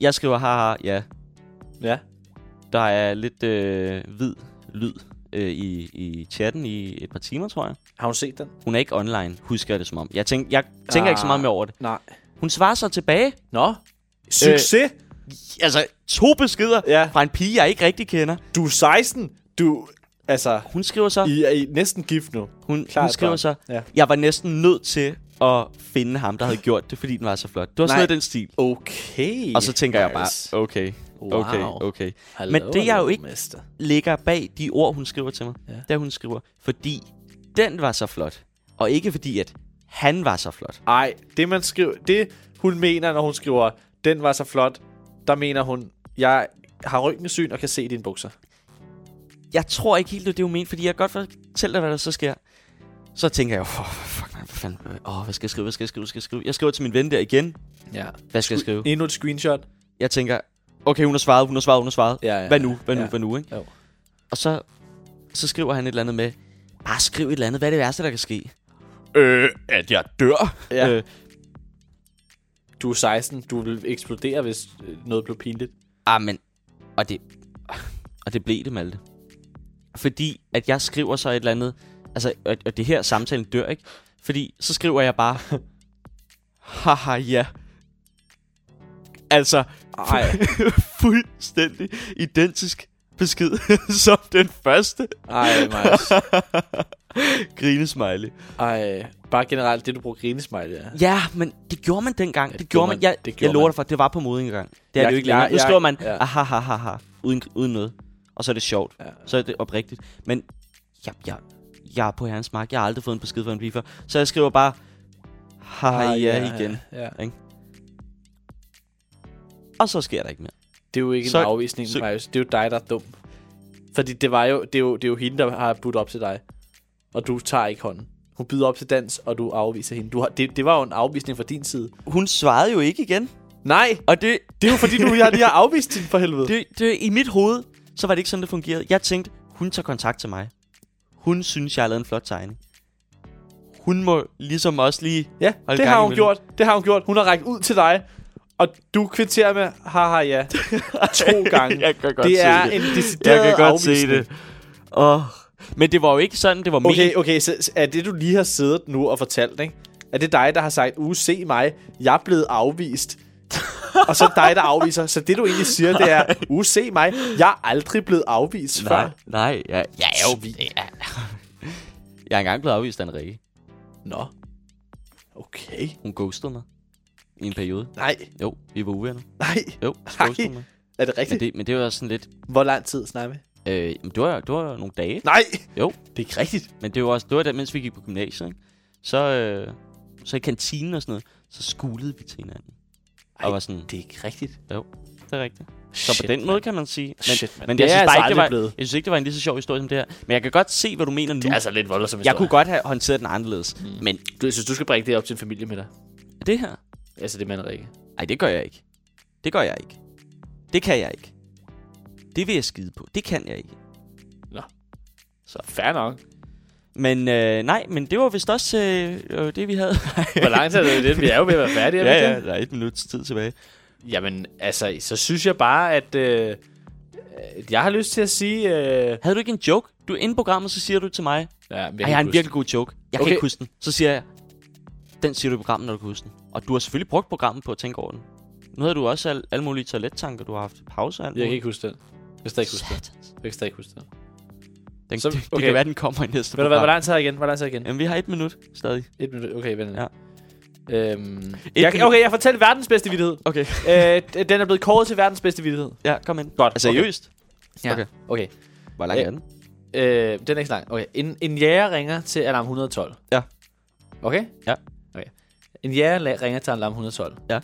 Speaker 2: Jeg skriver, haha, ja.
Speaker 1: fandme. Ja.
Speaker 2: Der er lidt øh, hvid lyd øh, i, i chatten i et par timer, tror jeg.
Speaker 1: Har hun set den?
Speaker 2: Hun er ikke online, husker jeg det som om. Jeg, tænk, jeg tænker ikke så
Speaker 1: Ah.
Speaker 2: meget mere over det.
Speaker 1: Nej.
Speaker 2: Hun svarer så tilbage.
Speaker 1: Nå. Succes. Øh.
Speaker 2: Altså, to beskeder
Speaker 1: Ja.
Speaker 2: fra en pige, jeg ikke rigtig kender.
Speaker 1: Du er 16. Du... Altså,
Speaker 2: Hun skriver så,
Speaker 1: I er I er næsten gift nu.
Speaker 2: hun, hun
Speaker 1: klart
Speaker 2: skriver
Speaker 1: godt.
Speaker 2: så
Speaker 1: Ja.
Speaker 2: jeg var næsten nødt til at finde ham, der havde gjort det, fordi den var så flot. Det var
Speaker 1: Nej.
Speaker 2: sådan noget i den stil.
Speaker 1: Okay.
Speaker 2: Og så tænker jeg
Speaker 1: Marius.
Speaker 2: bare, okay, okay,
Speaker 1: Wow.
Speaker 2: okay.
Speaker 1: Hallo,
Speaker 2: Men det er
Speaker 1: hallo,
Speaker 2: jo ikke-
Speaker 1: Mester.
Speaker 2: Ligger bag de ord, hun skriver til mig,
Speaker 1: Ja.
Speaker 2: ja. der hun skriver, fordi den var så flot, og ikke fordi, at han var så flot.
Speaker 1: Ej, det man skriver, det hun mener, når hun skriver, den var så flot, der mener hun, jeg har røntgensyn og kan se dine bukser.
Speaker 2: Jeg tror ikke helt, det er det, hun mente, fordi jeg kan godt fortælle dig, hvad der så sker. Så tænker jeg, oh, fuck, man, hvad fanden, øh, åh, hvad skal jeg skrive, hvad skal jeg skrive, hvad skal jeg skrive? Jeg skriver til min ven der igen,
Speaker 1: Ja.
Speaker 2: hvad skal jeg skrive?
Speaker 1: Endnu et screenshot.
Speaker 2: Jeg tænker, okay, hun har svaret, hun har svaret, hun har svaret.
Speaker 1: Ja, ja,
Speaker 2: hvad nu, hvad
Speaker 1: ja.
Speaker 2: nu, hvad nu, ikke?
Speaker 1: Jo.
Speaker 2: Og så, så skriver han et eller andet med, bare skriv et eller andet, hvad er det værste, der kan ske?
Speaker 3: Øh, at jeg dør.
Speaker 1: Ja.
Speaker 2: Øh,
Speaker 1: Du er 16, du vil eksplodere, hvis øh, noget blev pinligt.
Speaker 2: ah, men, og det, og det blev det, Malte. Fordi, at jeg skriver så et eller andet, altså, og, og det her samtalen dør, ikke? Fordi, så skriver jeg bare, haha, ja. Altså,
Speaker 1: Ej,
Speaker 2: fuldstændig identisk besked som den første
Speaker 1: ej, Mads.
Speaker 2: grinesmiley.
Speaker 1: Ej, bare generelt det, du bruger grinesmejl, ja.
Speaker 2: Ja, men det gjorde man dengang.
Speaker 1: Ja,
Speaker 2: det, det gjorde man. Jeg, det gjorde jeg lover
Speaker 1: man.
Speaker 2: dig for, det var på mode engang. Det er
Speaker 1: Jeg-
Speaker 2: det jo ikke
Speaker 1: jeg-
Speaker 2: længere. Nu
Speaker 1: jeg-
Speaker 2: skriver man,
Speaker 1: ja.
Speaker 2: ja. aha, ha, ha, ha, uden, uden noget. Og så er det sjovt.
Speaker 1: Ja.
Speaker 2: Så er det oprigtigt. Men jeg, jeg, jeg er på herrens mark. Jeg har aldrig fået en besked fra en pige før. Så jeg skriver bare, haha, ja, ja, igen.
Speaker 1: Ah, Ja.
Speaker 2: Og så sker der ikke mere.
Speaker 1: Det er jo ikke så,
Speaker 2: Så-
Speaker 1: en afvisning,
Speaker 2: så-
Speaker 1: så, Marius. Det er jo dig, der er dum. Fordi det, var jo, det, er jo, det er jo hende, der har budt op til dig. Og du tager ikke hånden. Hun byder op til dans, og du afviser hende. Du har, det, det var jo en afvisning fra din side.
Speaker 2: Hun svarede jo ikke igen.
Speaker 1: Nej!
Speaker 2: Og det,
Speaker 1: Det er jo fordi, du jeg lige har afvist hende for helvede. Det,
Speaker 2: det, det, i mit hoved, så var det ikke sådan, det fungerede. Jeg tænkte, hun tager kontakt til mig. Hun synes, jeg har lavet en flot tegning. Hun må ligesom også lige...
Speaker 1: ja,
Speaker 2: Hold
Speaker 1: det
Speaker 2: gang
Speaker 1: har
Speaker 2: i
Speaker 1: hun
Speaker 2: møllen.
Speaker 1: gjort. Det har hun gjort. Hun har rækket ud til dig. Og du kvitterer med, haha ja, to gange.
Speaker 2: Jeg kan godt
Speaker 1: det
Speaker 2: se
Speaker 1: er
Speaker 2: det.
Speaker 1: en decideret
Speaker 2: Jeg kan godt
Speaker 1: afvisning.
Speaker 2: se det. Oh. Men det var jo ikke sådan, det var okay.
Speaker 1: Okay,
Speaker 2: ment.
Speaker 1: okay, så så er det, du lige har siddet nu og fortalt, ikke? Er det dig, der har sagt, uh, se mig, jeg er blevet afvist. og så dig, der afviser. Så det, du egentlig siger, det er, uh, se mig, jeg er aldrig blevet afvist
Speaker 2: Nej,
Speaker 1: før.
Speaker 2: nej, jeg, jeg er jo... Jeg, jeg er engang blevet afvist af en række.
Speaker 1: Nå. Okay.
Speaker 2: Hun ghostede mig. i en periode.
Speaker 1: Nej,
Speaker 2: Jo, vi var uvenner.
Speaker 1: nej.
Speaker 2: Jo, skålstummer.
Speaker 1: Er det
Speaker 2: Men
Speaker 1: rigtigt? Det...
Speaker 2: det, men det var sådan lidt...
Speaker 1: Hvor lang tid snakker vi?
Speaker 2: Øh, men det, var, det var nogle dage.
Speaker 1: Nej!
Speaker 2: Jo.
Speaker 1: Det er ikke rigtigt.
Speaker 2: Men det var også, det var det, mens vi gik på gymnasiet, ikke? Så, øh, så i kantinen og sådan noget, så skulede vi til hinanden. Ej,
Speaker 1: Ej,
Speaker 2: og var sådan,
Speaker 1: Det er ikke rigtigt.
Speaker 2: det er rigtigt. Så Shit, på den måde kan man sige. Men,
Speaker 1: Shit, mand.
Speaker 2: men
Speaker 1: Det
Speaker 2: jeg,
Speaker 1: er
Speaker 2: synes
Speaker 1: jeg
Speaker 2: bare
Speaker 1: altså
Speaker 2: ikke, det var,
Speaker 1: aldrig blevet.
Speaker 2: jeg synes ikke, det var en lige så sjov historie som det her. Men jeg kan godt se, hvad du mener nu.
Speaker 3: Det er altså lidt voldsomt.
Speaker 2: jeg kunne godt have håndteret den anderledes. Mm. Men
Speaker 1: Du, jeg synes, du skal bringe det op til en familie med dig.
Speaker 2: det her,
Speaker 1: Altså det med Henrikke.
Speaker 2: Nej, det gør jeg ikke. Det gør jeg ikke. Det kan jeg ikke. Det vil jeg skide på. Det kan jeg ikke.
Speaker 1: Så fair nok.
Speaker 2: Men øh, nej, men det var vist også øh, øh, det, vi havde.
Speaker 1: Hvor lang tid er det det? Vi er jo ved at være færdige. er vi ikke
Speaker 2: ja, ja,
Speaker 1: det?
Speaker 2: der er et minuts tid tilbage.
Speaker 1: Jamen, altså, så synes jeg bare, at... Øh, øh, jeg har lyst til at sige... Øh,
Speaker 2: Havde du ikke en joke? Du er inde i programmet, så siger du til mig,
Speaker 1: ja, men
Speaker 2: Ej, jeg har en
Speaker 1: huske.
Speaker 2: virkelig god joke. Jeg okay.
Speaker 1: Okay.
Speaker 2: kan ikke huske den. Så siger jeg, den siger du i programmet, når du kan huske den. Og du har selvfølgelig brugt programmet på at tænke over den. Nu havde du også al, alle mulige toilettanker, du har haft pause og alt
Speaker 1: Jeg kan
Speaker 2: muligt.
Speaker 1: ikke huske den. Jeg kan stadig ikke huske den.
Speaker 2: Satans.
Speaker 1: Jeg kan stadig ikke huske den.
Speaker 2: Den,
Speaker 1: Så-
Speaker 2: så, det, det
Speaker 1: okay.
Speaker 2: kan være, den kommer i næste
Speaker 1: Ved du hvad, hvor
Speaker 2: program.
Speaker 1: lang tid er igen? Hvor lang tid er igen?
Speaker 2: Jamen, vi har et minut stadig.
Speaker 1: Et minut. Okay, vent.
Speaker 2: Ja.
Speaker 1: Ja. Øhm, jeg,
Speaker 2: minut.
Speaker 1: okay, jeg fortæller verdens bedste vittighed.
Speaker 2: Okay.
Speaker 1: øh, d- den er blevet kåret til verdens bedste vittighed.
Speaker 2: Ja, kom ind.
Speaker 1: Godt,
Speaker 2: Altså,
Speaker 1: okay.
Speaker 2: seriøst?
Speaker 1: Ja.
Speaker 2: Okay.
Speaker 1: Okay.
Speaker 2: Hvor lang
Speaker 1: Ja.
Speaker 2: er den?
Speaker 1: Øh, den er ikke så lang. Okay. En, en jæger ringer til alarm 112.
Speaker 2: Ja.
Speaker 1: Okay?
Speaker 2: Ja.
Speaker 1: Okay. En jæger la- ringer til alarm 112.
Speaker 2: Ja.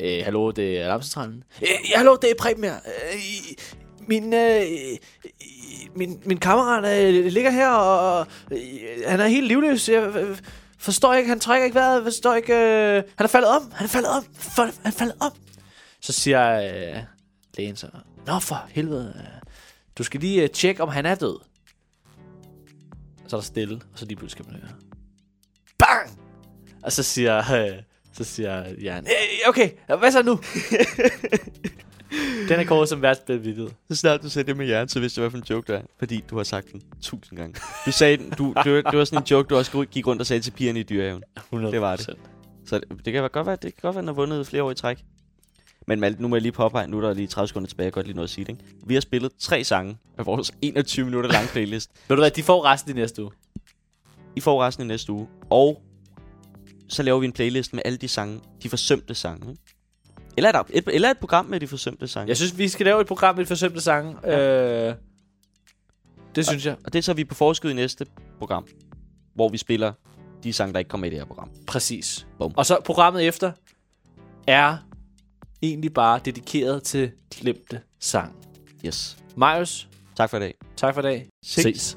Speaker 1: Øh, hallo, det er alarmcentralen. Øh, ja, hallo, det er Preben her. Øh, i- min, øh, i- i- min, min kammerat øh, ligger her, og øh, han er helt livløs. Jeg øh, forstår ikke, han trækker ikke vejret. Forstår ikke, øh, han er faldet om. Han er faldet om. For, han er faldet om. Så siger øh, lægen så, Nå for helvede, øh, du skal lige øh, tjekke, om han er død. Og så er der stille, og så lige pludselig skal man høre. Bang! Og så siger, øh, så siger Jan, "Øh, okay, hvad så nu? den er kåret som værst blevet videt.
Speaker 2: Så snart du sagde det med hjernen, så vidste jeg, hvad for en joke det er. Fordi du har sagt den tusind gange. Du sagde den, du, det, var, det var sådan en joke, du også gik rundt og sagde til pigerne i dyrehaven.
Speaker 1: 100%.
Speaker 2: Det var det. Så det, det kan godt være, det kan godt være, at den har vundet flere år i træk. Men Malte, nu må jeg lige påpege, nu er der lige 30 sekunder tilbage, jeg kan godt lige nå at sige det, ikke? Vi har spillet tre sange af vores 21 minutter lange playlist.
Speaker 1: Ved du hvad, de får resten i næste uge.
Speaker 2: I får resten i næste uge. Og så laver vi en playlist med alle de sange, de forsømte sange. ikke? Eller et, et, eller et program med de forsømte sange.
Speaker 1: Jeg synes, vi skal lave et program med de forsømte sange. Øh, det synes jeg.
Speaker 2: Og det tager vi på forskud i næste program, hvor vi spiller de sange, der ikke kommer i det her program.
Speaker 1: Præcis.
Speaker 2: Bum.
Speaker 1: Og så programmet efter er egentlig bare dedikeret til glemte sang.
Speaker 2: Yes.
Speaker 1: Marius,
Speaker 2: Tak for i dag.
Speaker 1: tak for i dag.
Speaker 2: Ses.
Speaker 1: Ses.